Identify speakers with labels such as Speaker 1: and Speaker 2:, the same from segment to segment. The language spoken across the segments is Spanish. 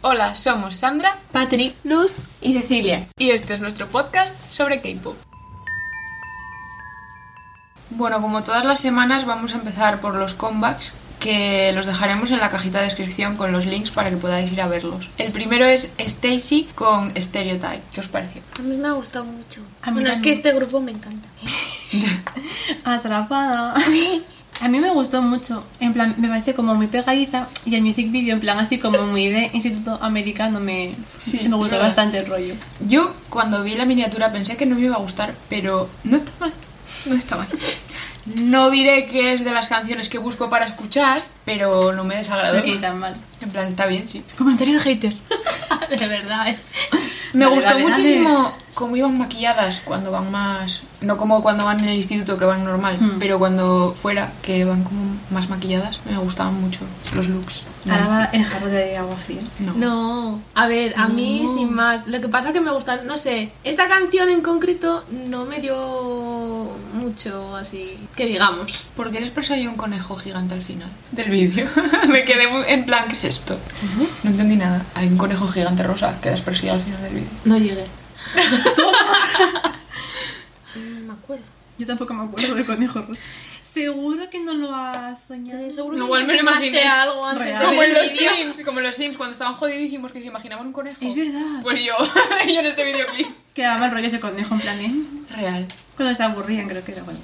Speaker 1: Hola, somos Sandra,
Speaker 2: Patrick, Luz y Cecilia.
Speaker 1: y este es nuestro podcast sobre K-pop. Bueno, como todas las semanas, vamos a empezar por los comebacks que los dejaremos en la cajita de descripción con los links para que podáis ir a verlos. El primero es Stacy con Stereotype. ¿Qué os pareció?
Speaker 3: A mí me ha gustado mucho.
Speaker 2: A mí
Speaker 3: bueno, es
Speaker 2: también.
Speaker 3: que este grupo me encanta.
Speaker 2: Atrapada. A mí me gustó mucho, en plan, me parece como muy pegadiza y el music video en plan así como muy de instituto americano me,
Speaker 1: Sí,
Speaker 2: me
Speaker 1: es
Speaker 2: gustó
Speaker 1: verdad.
Speaker 2: bastante el rollo.
Speaker 1: Yo cuando vi la miniatura pensé que no me iba a gustar, pero no está mal. No está mal. No diré que es de las canciones que busco para escuchar, pero no me desagradó.
Speaker 2: No quedé tan mal.
Speaker 1: En plan, está bien, sí.
Speaker 2: Comentario de haters. de verdad. eh.
Speaker 1: Me
Speaker 2: Dale,
Speaker 1: gustó
Speaker 2: dale, dale.
Speaker 1: muchísimo cómo iban maquilladas cuando van más. No como cuando van en el instituto que van normal,
Speaker 2: Hmm.
Speaker 1: pero cuando fuera que van como más maquilladas, me gustaban mucho los looks.
Speaker 2: Ahora el jarro de agua fría.
Speaker 1: No.
Speaker 4: No, a ver, a mí
Speaker 2: No.
Speaker 4: sin más. Lo que pasa que me gustan, no sé, esta canción en concreto no me dio mucho así, que digamos.
Speaker 1: ¿Por qué les perseguí un conejo gigante al final del vídeo? me quedé muy- en plan, ¿qué es esto? No entendí nada. Hay un conejo gigante rosa que les persigue al final del vídeo.
Speaker 4: No llegué.
Speaker 3: No Mm, me acuerdo.
Speaker 2: Yo tampoco me acuerdo del conejo rosa. Seguro que no lo has soñado.
Speaker 3: Seguro
Speaker 1: Igual
Speaker 3: que
Speaker 1: me
Speaker 3: te
Speaker 1: lo imaginé.
Speaker 3: quemaste algo antes
Speaker 2: Real.
Speaker 3: de
Speaker 1: Como
Speaker 3: ver
Speaker 1: en
Speaker 3: el
Speaker 1: los
Speaker 3: vídeo.
Speaker 1: Sims, como en los Sims cuando estaban jodidísimos que se imaginaban un conejo.
Speaker 2: Es verdad.
Speaker 1: Pues yo, yo en este videoclip.
Speaker 2: Quedaba mal rollo ese conejo en plan, ¿eh?
Speaker 1: Real.
Speaker 2: Cuando se aburrían creo que era igual.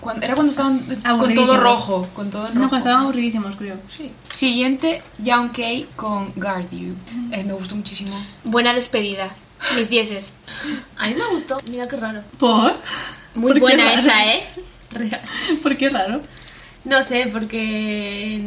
Speaker 1: Cuando- era cuando estaban eh, con
Speaker 2: Aburridísimos.
Speaker 1: todo rojo, con todo en rojo.
Speaker 2: No, cuando estaban aburridísimos creo.
Speaker 1: Sí. Siguiente, Young Kay con Guard You. Eh, me gustó muchísimo.
Speaker 3: Buena despedida. Mis dieces. A mí me gustó. Mira qué raro.
Speaker 2: ¿Por? ¿Por
Speaker 3: Muy
Speaker 2: qué
Speaker 3: buena
Speaker 2: raro?
Speaker 3: esa, ¿eh?
Speaker 2: Real. ¿Por qué raro?
Speaker 4: No sé, porque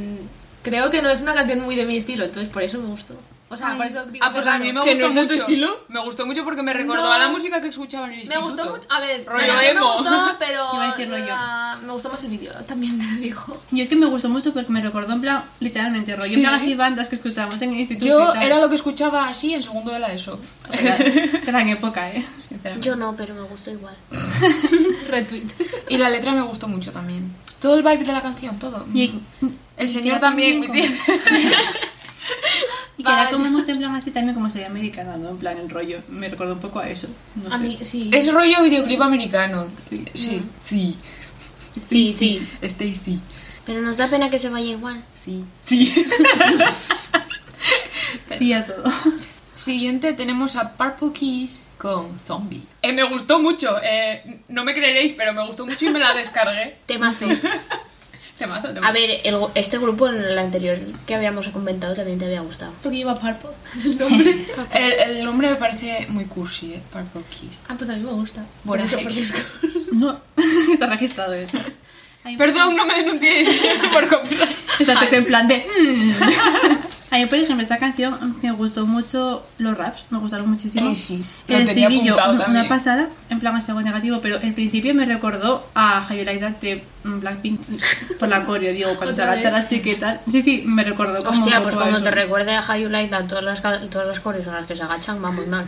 Speaker 4: creo que no es una canción muy de mi estilo, entonces por eso me gustó. O sea,
Speaker 2: Ay.
Speaker 4: por eso digo
Speaker 1: Ah,
Speaker 4: que
Speaker 1: pues a
Speaker 4: raro.
Speaker 1: mí me
Speaker 2: ¿Que
Speaker 1: gustó
Speaker 2: no es de
Speaker 1: mucho.
Speaker 2: tu estilo?
Speaker 1: Me gustó mucho porque me recordó
Speaker 4: No.
Speaker 1: a la música que escuchaba en el
Speaker 4: Me
Speaker 1: instituto.
Speaker 4: gustó mucho, a ver,
Speaker 1: Rollo
Speaker 4: la canción me
Speaker 1: emo.
Speaker 4: gustó, pero
Speaker 2: Iba a decirlo yo.
Speaker 4: la- me gustó más el vídeo, también te lo digo.
Speaker 2: Yo es que me gustó mucho porque me recordó en plan, literalmente, rollo.
Speaker 1: Sí.
Speaker 2: En plan así bandas que escuchábamos en el instituto y
Speaker 1: Yo
Speaker 2: tal.
Speaker 1: era lo que escuchaba así en segundo de la ESO,
Speaker 2: Real. Gran época, ¿eh?
Speaker 1: sinceramente.
Speaker 3: Yo no, pero me gustó igual.
Speaker 4: Retweet.
Speaker 1: Y la letra me gustó mucho también. Todo el vibe de la canción, todo. Mm.
Speaker 2: Y,
Speaker 1: El señor también, mis
Speaker 2: también
Speaker 1: dientes.
Speaker 2: y que era
Speaker 4: Vale.
Speaker 2: como mucho en plan así también como sería americana, ¿no? En plan el rollo. Me recordó un poco a eso. No
Speaker 4: A
Speaker 2: sé.
Speaker 4: mí, sí.
Speaker 1: Es rollo videoclip americano.
Speaker 2: Sí.
Speaker 1: Sí. Sí.
Speaker 3: Sí, sí.
Speaker 1: Stacy.
Speaker 3: Pero nos da pena que se vaya igual.
Speaker 1: Sí. Sí.
Speaker 2: Sí a todo.
Speaker 1: Siguiente tenemos a Purple Keys con Zombie. Eh, me gustó mucho, eh, no me creeréis, pero me gustó mucho y me la descargué.
Speaker 3: Temazo.
Speaker 1: Temazo, temazo.
Speaker 3: A ver, el- este grupo en el anterior que habíamos comentado también te había gustado.
Speaker 4: Porque lleva Purple el nombre.
Speaker 1: El, el nombre me parece muy cursi, eh, Purple Keys.
Speaker 4: ah, pues a mí me gusta.
Speaker 1: Bueno,
Speaker 4: Por eso,
Speaker 1: eh,
Speaker 4: porque es que-
Speaker 2: No. Está registrado eso. Ay,
Speaker 1: Perdón, no me denunciéis por copyright.
Speaker 2: Estás en plan de. mm. A mí, por ejemplo, esta canción me gustó mucho los raps, me gustaron muchísimo.
Speaker 1: Eh, sí, lo
Speaker 2: el
Speaker 1: tenía
Speaker 2: estribillo,
Speaker 1: apuntado
Speaker 2: una,
Speaker 1: también.
Speaker 2: una pasada, en plan es algo negativo, pero el principio me recordó a Javier Aida de mm, Blackpink por la coreo, digo, cuando se
Speaker 4: Otra
Speaker 2: agacha
Speaker 4: vez.
Speaker 2: la chica y tal. Sí, sí, me recordó como. un
Speaker 3: Hostia,
Speaker 2: poco
Speaker 3: pues
Speaker 2: a
Speaker 3: cuando
Speaker 2: eso.
Speaker 3: te recuerde a High You Like That, todas las, ca- todas las coreos a las que se agachan, va muy mal.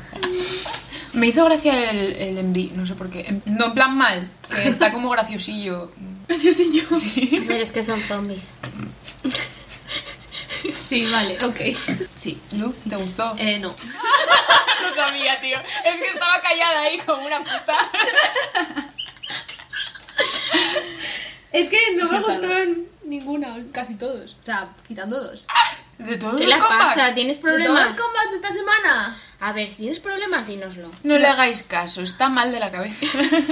Speaker 1: Me hizo gracia el, el envi- no sé por qué. En- No en plan mal, que está como graciosillo.
Speaker 2: Dios y yo.
Speaker 3: Pero es que son zombies.
Speaker 4: Sí, vale, ok.
Speaker 1: Sí. Luz, ¿te gustó?
Speaker 4: Eh, no.
Speaker 1: Lo sabía, tío. Es que estaba callada ahí como una puta.
Speaker 4: Es que no me
Speaker 2: Quítalo.
Speaker 4: gustaron ninguna, casi todos. O sea, quitando dos.
Speaker 1: ¿De todos
Speaker 3: ¿Qué
Speaker 1: los
Speaker 3: le
Speaker 1: comebacks?
Speaker 3: pasa? ¿Tienes
Speaker 4: ¿Problemas
Speaker 3: problemas?
Speaker 4: combat de esta semana?
Speaker 3: A ver, si tienes problemas, dínoslo.
Speaker 1: No le hagáis caso, está mal de la cabeza.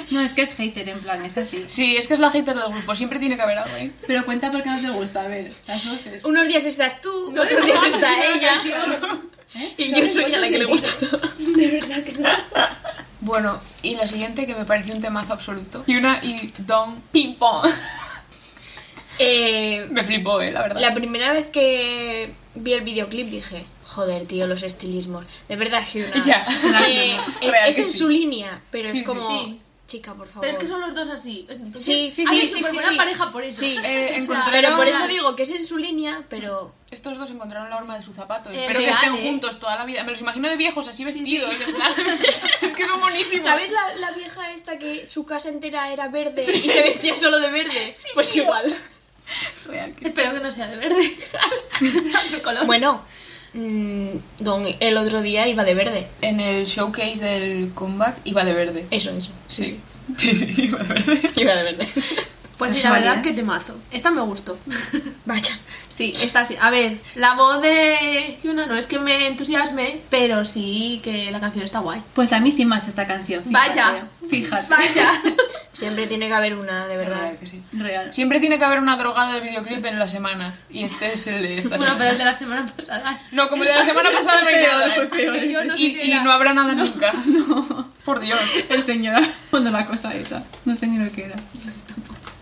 Speaker 2: No, es que es hater, en plan, es así.
Speaker 1: Sí, es que es la hater del grupo, siempre tiene que haber algo, ¿eh?
Speaker 2: Pero cuenta por qué no te gusta, a ver, las voces.
Speaker 3: Unos días estás tú,
Speaker 4: No
Speaker 3: otros
Speaker 4: le
Speaker 3: días
Speaker 4: gusta
Speaker 3: está
Speaker 4: la
Speaker 3: ella.
Speaker 4: canción.
Speaker 3: ¿Eh? Y
Speaker 4: No
Speaker 3: yo
Speaker 4: le
Speaker 3: soy a la que le gusta
Speaker 4: gusta
Speaker 3: todo.
Speaker 4: De verdad que no.
Speaker 1: Bueno, y la siguiente que me pareció un temazo absoluto. Yuna y Don Ping Pong.
Speaker 3: Eh,
Speaker 1: Me flipó, ¿eh? La verdad.
Speaker 3: la primera vez que vi el videoclip dije, joder, tío, los estilismos. De verdad, Hyuna.
Speaker 1: Ya.
Speaker 3: Eh, eh,
Speaker 1: Real
Speaker 3: es
Speaker 1: que
Speaker 3: en
Speaker 1: sí.
Speaker 3: su línea, pero
Speaker 1: Sí,
Speaker 3: es
Speaker 1: sí,
Speaker 3: como...
Speaker 4: sí.
Speaker 3: Chica, por favor.
Speaker 4: Pero es que son los dos así. Entonces,
Speaker 3: Sí, sí,
Speaker 4: a
Speaker 3: sí,
Speaker 4: ver,
Speaker 3: sí,
Speaker 4: súper
Speaker 3: sí,
Speaker 4: buena
Speaker 3: sí.
Speaker 4: pareja por eso.
Speaker 3: Sí.
Speaker 1: Eh,
Speaker 4: O sea,
Speaker 1: encontré-
Speaker 3: Pero por
Speaker 1: Pero-
Speaker 3: eso digo que es en su línea, pero...
Speaker 1: Estos dos encontraron la horma de su zapato.
Speaker 3: Eh,
Speaker 1: Espero que
Speaker 3: real,
Speaker 1: estén
Speaker 3: ¿eh?
Speaker 1: juntos toda la vida. Me los imagino de viejos, así vestidos. en plan. es que son buenísimos.
Speaker 3: ¿Sabes la, la vieja esta que su casa entera era verde y se vestía solo de verde? pues igual.
Speaker 1: Real que-
Speaker 4: Espero que no sea de verde. Sea otro color.
Speaker 3: Bueno, mm, Don, el otro día iba de verde.
Speaker 1: En el showcase del comeback iba de verde.
Speaker 3: Eso, eso. Sí,
Speaker 1: Sí. Sí, sí, iba de verde.
Speaker 3: sí. Iba de verde.
Speaker 4: Pues sí,
Speaker 2: Pues
Speaker 4: la
Speaker 2: vale, ¿eh?
Speaker 4: verdad que te mazo. Esta me gustó.
Speaker 3: Vaya.
Speaker 4: Sí, esta sí. A ver, la voz de Yuna no es que me entusiasme, pero sí que la canción está guay.
Speaker 2: Pues a mí sí más esta canción. fíjate,
Speaker 4: Vaya.
Speaker 2: Fíjate.
Speaker 4: Vaya.
Speaker 3: Siempre tiene que haber una, de verdad.
Speaker 1: Ah, que sí.
Speaker 2: Real.
Speaker 1: Siempre tiene que haber una drogada de videoclip en la semana. Y este es el de esta
Speaker 4: Bueno,
Speaker 1: semana.
Speaker 4: pero el de la semana pasada.
Speaker 1: No, como el de la semana pasada no hay
Speaker 2: Peor,
Speaker 1: nada.
Speaker 2: fue peor.
Speaker 4: Que yo no sé
Speaker 1: y,
Speaker 4: qué
Speaker 1: y
Speaker 4: era.
Speaker 1: no habrá nada nunca. Por Dios.
Speaker 2: El señor cuando la cosa esa. No sé ni lo que era.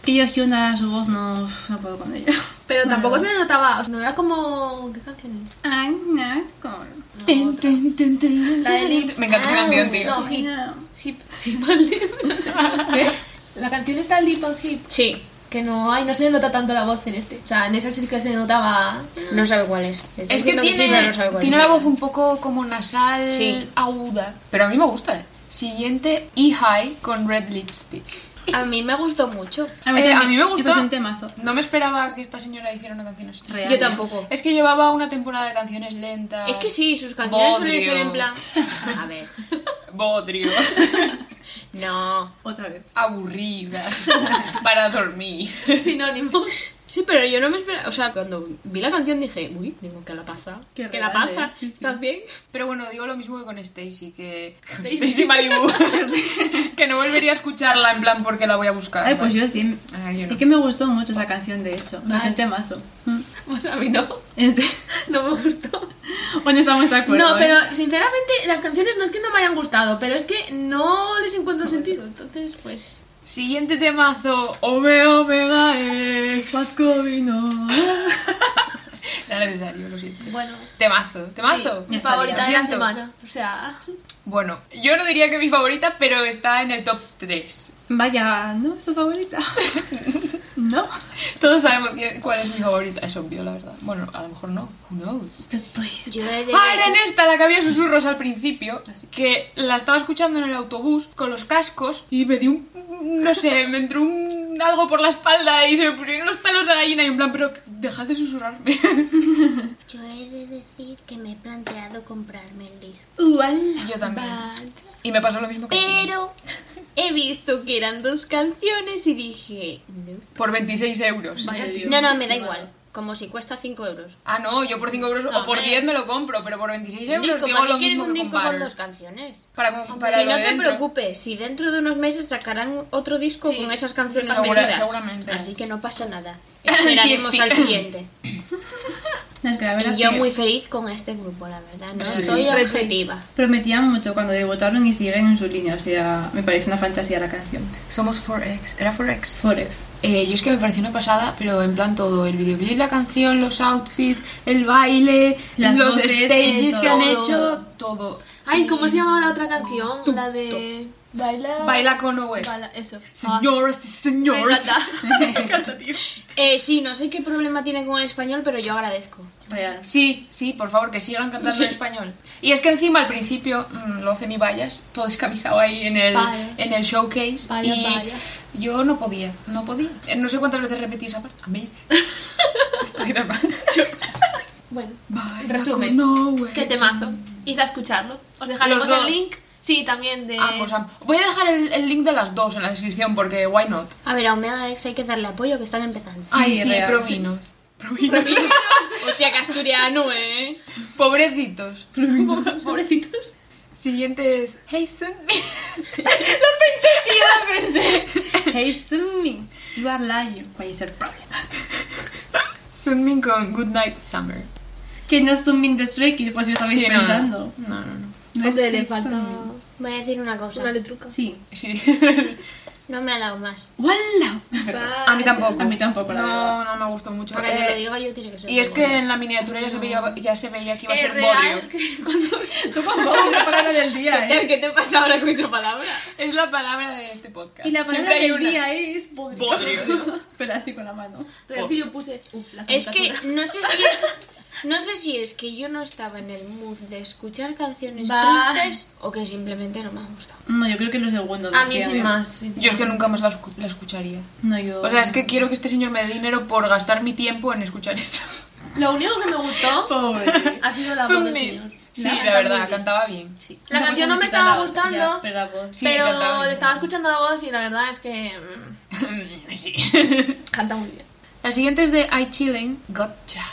Speaker 2: Que yo Hyuna, su voz no, no puedo con ella.
Speaker 4: Pero tampoco se le notaba, o sea, no era como... ¿Qué canción es?
Speaker 2: I'm not gonna.
Speaker 1: Tun, tun, tun, tun,
Speaker 4: La de
Speaker 1: tun,
Speaker 4: Lip-
Speaker 1: tun. Me encanta esa
Speaker 4: Ah,
Speaker 1: canción, tío.
Speaker 4: No, hip, hip, hip and lip. ¿Eh? La canción está Lip on Hip.
Speaker 3: Sí.
Speaker 4: Que no hay, no se le nota tanto la voz en este. O sea, en esa sí que se notaba...
Speaker 3: No sabe cuál es. Está
Speaker 1: Es que
Speaker 3: diciendo sí, pero
Speaker 1: tiene,
Speaker 3: no sabe cuál
Speaker 1: tiene
Speaker 3: es.
Speaker 1: la voz un poco como nasal,
Speaker 3: Sí.
Speaker 1: aguda. Pero a mí me gusta. eh. Siguiente, E-High con Red Lipstick.
Speaker 3: A mí me gustó mucho.
Speaker 1: Eh, a
Speaker 2: también.
Speaker 1: mí me
Speaker 2: Yo
Speaker 1: gustó.
Speaker 2: pensé un temazo.
Speaker 1: No me esperaba que esta señora hiciera una canción así.
Speaker 2: Real.
Speaker 3: Yo
Speaker 2: ¿eh?
Speaker 3: tampoco.
Speaker 1: Es que llevaba una temporada de canciones lentas.
Speaker 3: Es que sí, sus canciones suelen ser en
Speaker 1: Bodrio.
Speaker 3: plan. A ver.
Speaker 1: Bodrio.
Speaker 3: No.
Speaker 2: Otra vez.
Speaker 1: Aburridas. Para dormir.
Speaker 4: Sinónimo.
Speaker 3: Sí, pero yo no me esperaba. O sea, cuando vi la canción dije, uy, digo, que la pasa.
Speaker 2: Qué
Speaker 3: que la
Speaker 2: rebelde.
Speaker 3: pasa.
Speaker 2: Sí, sí.
Speaker 3: ¿Estás bien?
Speaker 1: Pero bueno, digo lo mismo que con Stacy, que. Stacy Malibu. que no volvería a escucharla en plan porque la voy a buscar.
Speaker 2: Ay, pues
Speaker 1: Vale.
Speaker 2: yo sí.
Speaker 1: Ah, yo no.
Speaker 2: Es que me gustó mucho esa canción, de hecho. Me pareció un temazo. Mm.
Speaker 4: Pues a mí no.
Speaker 2: Este,
Speaker 4: No me gustó.
Speaker 2: bueno, estamos de acuerdo.
Speaker 4: no,
Speaker 2: ¿eh?
Speaker 4: pero sinceramente las canciones no es que no me hayan gustado, pero es que no les encuentro el sentido. Entonces, pues...
Speaker 1: Siguiente temazo. Ome Omega X.
Speaker 2: What's going on?
Speaker 1: No era necesario, lo siento.
Speaker 4: Bueno,
Speaker 1: Temazo, temazo.
Speaker 4: mi
Speaker 2: está,
Speaker 4: favorita
Speaker 1: lo
Speaker 4: de la
Speaker 1: siento.
Speaker 4: semana. O sea,
Speaker 1: Bueno, yo no diría que mi favorita, pero está en el top 3.
Speaker 2: Vaya, ¿no es tu favorita? no.
Speaker 1: Todos sabemos que- cuál es mi favorita, es obvio, la verdad. Bueno, a lo mejor no, who knows.
Speaker 2: Plot twist.
Speaker 3: Yo he de
Speaker 1: Ah, era en esta la que había susurros al principio, que la estaba escuchando en el autobús con los cascos y me dio un, no sé, me entró un algo por la espalda y se me pusieron los pelos de gallina y en plan, pero dejad de susurrarme.
Speaker 5: Yo he de decir que me he planteado comprarme el disco.
Speaker 2: Uala.
Speaker 1: Yo también. Y me pasó lo mismo que a ti.
Speaker 3: Pero he visto que eran dos canciones y dije, no.
Speaker 1: por 26 euros.
Speaker 2: Vaya tío.
Speaker 3: No, no, me da igual. Como si cuesta 5 euros.
Speaker 1: Ah, no, yo por 5 euros o por
Speaker 3: Hombre.
Speaker 1: 10 me lo compro, pero por 26
Speaker 3: Un
Speaker 1: euros
Speaker 3: disco,
Speaker 1: digo
Speaker 3: ¿para
Speaker 1: lo
Speaker 3: qué quieres
Speaker 1: mismo
Speaker 3: un
Speaker 1: que
Speaker 3: disco
Speaker 1: con
Speaker 3: con
Speaker 1: Barber.
Speaker 3: dos canciones?
Speaker 1: Para, com- para
Speaker 3: si
Speaker 1: lo
Speaker 3: no
Speaker 1: de
Speaker 3: te
Speaker 1: dentro.
Speaker 3: preocupes, si dentro de unos meses sacarán otro disco
Speaker 4: Sí.
Speaker 3: con esas canciones
Speaker 1: Segura-
Speaker 3: metidas.
Speaker 1: seguramente.
Speaker 3: Así que no pasa nada. Esperaremos
Speaker 1: TXT.
Speaker 3: al siguiente.
Speaker 2: No, es que la verdad
Speaker 3: Y yo
Speaker 2: que
Speaker 3: muy feliz con este grupo, la verdad. No
Speaker 1: Sí.
Speaker 3: soy
Speaker 4: Perfecto.
Speaker 3: objetiva.
Speaker 2: Prometían mucho cuando debutaron y siguen en su línea. O sea, me parece una fantasía la canción.
Speaker 1: Somos 4X, era 4X.
Speaker 2: Forex.
Speaker 1: Eh, yo es que me pareció una pasada, pero en plan todo, el videoclip, la canción, los outfits, el baile,
Speaker 2: Las
Speaker 1: los
Speaker 2: voces,
Speaker 4: eh,
Speaker 1: stages que han
Speaker 2: todo.
Speaker 1: hecho, todo.
Speaker 4: Ay, ¿cómo
Speaker 1: Y
Speaker 4: se llamaba la otra canción?
Speaker 1: Tum,
Speaker 4: la de... Baila...
Speaker 1: Baila con OS.
Speaker 4: Baila- Eso.
Speaker 1: Señoras y
Speaker 4: Ah, me
Speaker 1: señores.
Speaker 4: encanta.
Speaker 3: Eh, sí, no sé qué problema tienen con el español, pero yo agradezco.
Speaker 2: Real.
Speaker 1: Sí, sí, por favor, que sigan cantando en español. Y es que encima al principio mm, lo hace mi vallas, todo escamisado ahí en el,
Speaker 4: Vallas.
Speaker 1: en el showcase.
Speaker 4: Vallas,
Speaker 1: y
Speaker 4: vallas.
Speaker 1: yo no podía, no podía. Eh, No sé cuántas veces repetí esa parte. Amazing.
Speaker 4: Bueno,
Speaker 1: Bye.
Speaker 4: Resumen.
Speaker 1: No, way.
Speaker 4: qué temazo. Id a escucharlo. Os dejaremos
Speaker 1: Los dos.
Speaker 4: el link. Sí, también de...
Speaker 1: Ah, pues, am- voy a dejar el, el link de las dos en la descripción porque why not.
Speaker 3: A ver, a Omega X hay que darle apoyo que están empezando.
Speaker 1: Ay, sí,
Speaker 2: real,
Speaker 1: provinos. Provinos.
Speaker 3: Hostia, Casturiano, ¿eh?
Speaker 1: Pobrecitos.
Speaker 4: Pobrecitos.
Speaker 1: Siguiente es Hasten.
Speaker 2: Hey, Sumi. You are lying. Puede ser problema.
Speaker 1: Sunmin con Good Night Summer.
Speaker 2: Que no es Sumi de Stray Kids, pues yo estaba
Speaker 1: Sí, no, no.
Speaker 2: pensando.
Speaker 1: No, no, no.
Speaker 2: No es
Speaker 4: Hombre, le
Speaker 2: Hey,
Speaker 4: falta
Speaker 2: Sunmin.
Speaker 3: Voy a decir una cosa.
Speaker 4: una letruca.
Speaker 2: Sí.
Speaker 1: Sí.
Speaker 3: No me ha dado más.
Speaker 2: ¡Wala!
Speaker 1: A mí tampoco.
Speaker 2: A mí tampoco, la
Speaker 1: no,
Speaker 2: verdad.
Speaker 1: No, me gustó mucho.
Speaker 3: Para que
Speaker 1: Eh,
Speaker 3: te lo diga yo tiene que ser.
Speaker 1: y es
Speaker 3: bueno.
Speaker 1: que en la miniatura ya se veía, ya se veía que iba a
Speaker 4: Es
Speaker 1: ser
Speaker 4: real
Speaker 1: bodrio.
Speaker 4: que cuando-
Speaker 2: Tú con todo la palabra del día,
Speaker 3: Eh, ¿Qué te pasa ahora con esa palabra?
Speaker 1: Es la palabra de este podcast.
Speaker 2: Y la palabra
Speaker 1: Siempre hay
Speaker 2: del
Speaker 1: una.
Speaker 2: día es bodrio.
Speaker 1: Bodrio.
Speaker 2: Pero así con la mano.
Speaker 4: Realmente yo puse... Uf, la
Speaker 3: Es que
Speaker 4: caricatura.
Speaker 3: no sé si es. No sé si es que yo no estaba en el mood de escuchar canciones
Speaker 4: Va.
Speaker 3: tristes o que simplemente no me ha gustado.
Speaker 2: No, yo creo que lo segundo.
Speaker 4: A mí
Speaker 2: decía,
Speaker 4: sin
Speaker 2: ¿eh?
Speaker 4: más. sí.
Speaker 1: Yo es que nunca más la, escu- la escucharía.
Speaker 2: No, yo.
Speaker 1: O sea, es que quiero que este señor me dé dinero por gastar mi tiempo en escuchar esto.
Speaker 4: Lo único que me gustó
Speaker 2: Pobre.
Speaker 4: ha sido la voz del
Speaker 1: Thumbnail.
Speaker 4: señor.
Speaker 1: Sí,
Speaker 4: Canta
Speaker 1: la
Speaker 4: muy
Speaker 1: verdad,
Speaker 4: bien.
Speaker 1: cantaba bien.
Speaker 4: Sí. La canción no me estaba gustando,
Speaker 2: pero la voz.
Speaker 1: Sí, cantaba
Speaker 4: pero
Speaker 1: bien.
Speaker 4: le estaba escuchando la voz y la verdad es que mm,
Speaker 1: sí.
Speaker 4: canta muy bien.
Speaker 1: La siguiente es de I Chilling, Gotcha.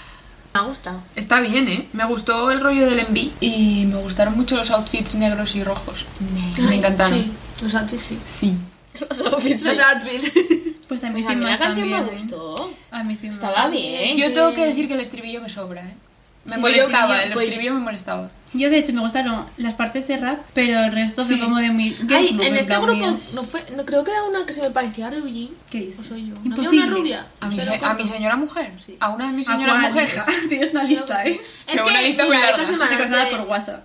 Speaker 3: Me ha gustado.
Speaker 1: Está bien, ¿eh? Me gustó el rollo del envy y me gustaron mucho los outfits negros y rojos. Me encantaron.
Speaker 4: Sí, los outfits sí.
Speaker 1: Sí.
Speaker 3: Los outfits.
Speaker 4: Los outfits.
Speaker 2: Pues a mí
Speaker 3: Pues
Speaker 2: sí
Speaker 3: a mí la
Speaker 2: más
Speaker 3: canción
Speaker 2: también,
Speaker 3: me
Speaker 2: ¿eh?
Speaker 3: gustó.
Speaker 2: A mí sí
Speaker 3: Estaba
Speaker 2: más.
Speaker 3: bien.
Speaker 1: Yo tengo que decir que el estribillo me sobra, ¿eh? Me
Speaker 2: Sí,
Speaker 1: molestaba,
Speaker 2: sí,
Speaker 1: el
Speaker 2: pues-
Speaker 1: estribillo me molestaba.
Speaker 2: Yo de hecho me gustaron las partes de rap, pero el resto
Speaker 1: Sí.
Speaker 2: fue como de mi...
Speaker 4: Ay,
Speaker 2: girl group,
Speaker 4: en este
Speaker 2: plan,
Speaker 4: grupo,
Speaker 2: mías.
Speaker 4: no, fue- no creo que era una que se me parecía a Ryuji.
Speaker 2: ¿Qué
Speaker 4: O
Speaker 2: dices?
Speaker 4: soy yo. ¿No había
Speaker 2: Imposible.
Speaker 4: una rubia?
Speaker 1: A mi,
Speaker 4: Pero
Speaker 1: se- a
Speaker 4: corto.
Speaker 1: mi señora mujer,
Speaker 4: Sí.
Speaker 1: a una de mis
Speaker 2: ¿A
Speaker 1: señoras
Speaker 2: cuál,
Speaker 1: mujeres.
Speaker 2: hija? Tienes una lista, ¿eh?
Speaker 4: Es
Speaker 1: Que una lista muy
Speaker 4: mira,
Speaker 1: larga.
Speaker 4: Esta semana,
Speaker 2: Recordada
Speaker 4: de-
Speaker 2: por WhatsApp.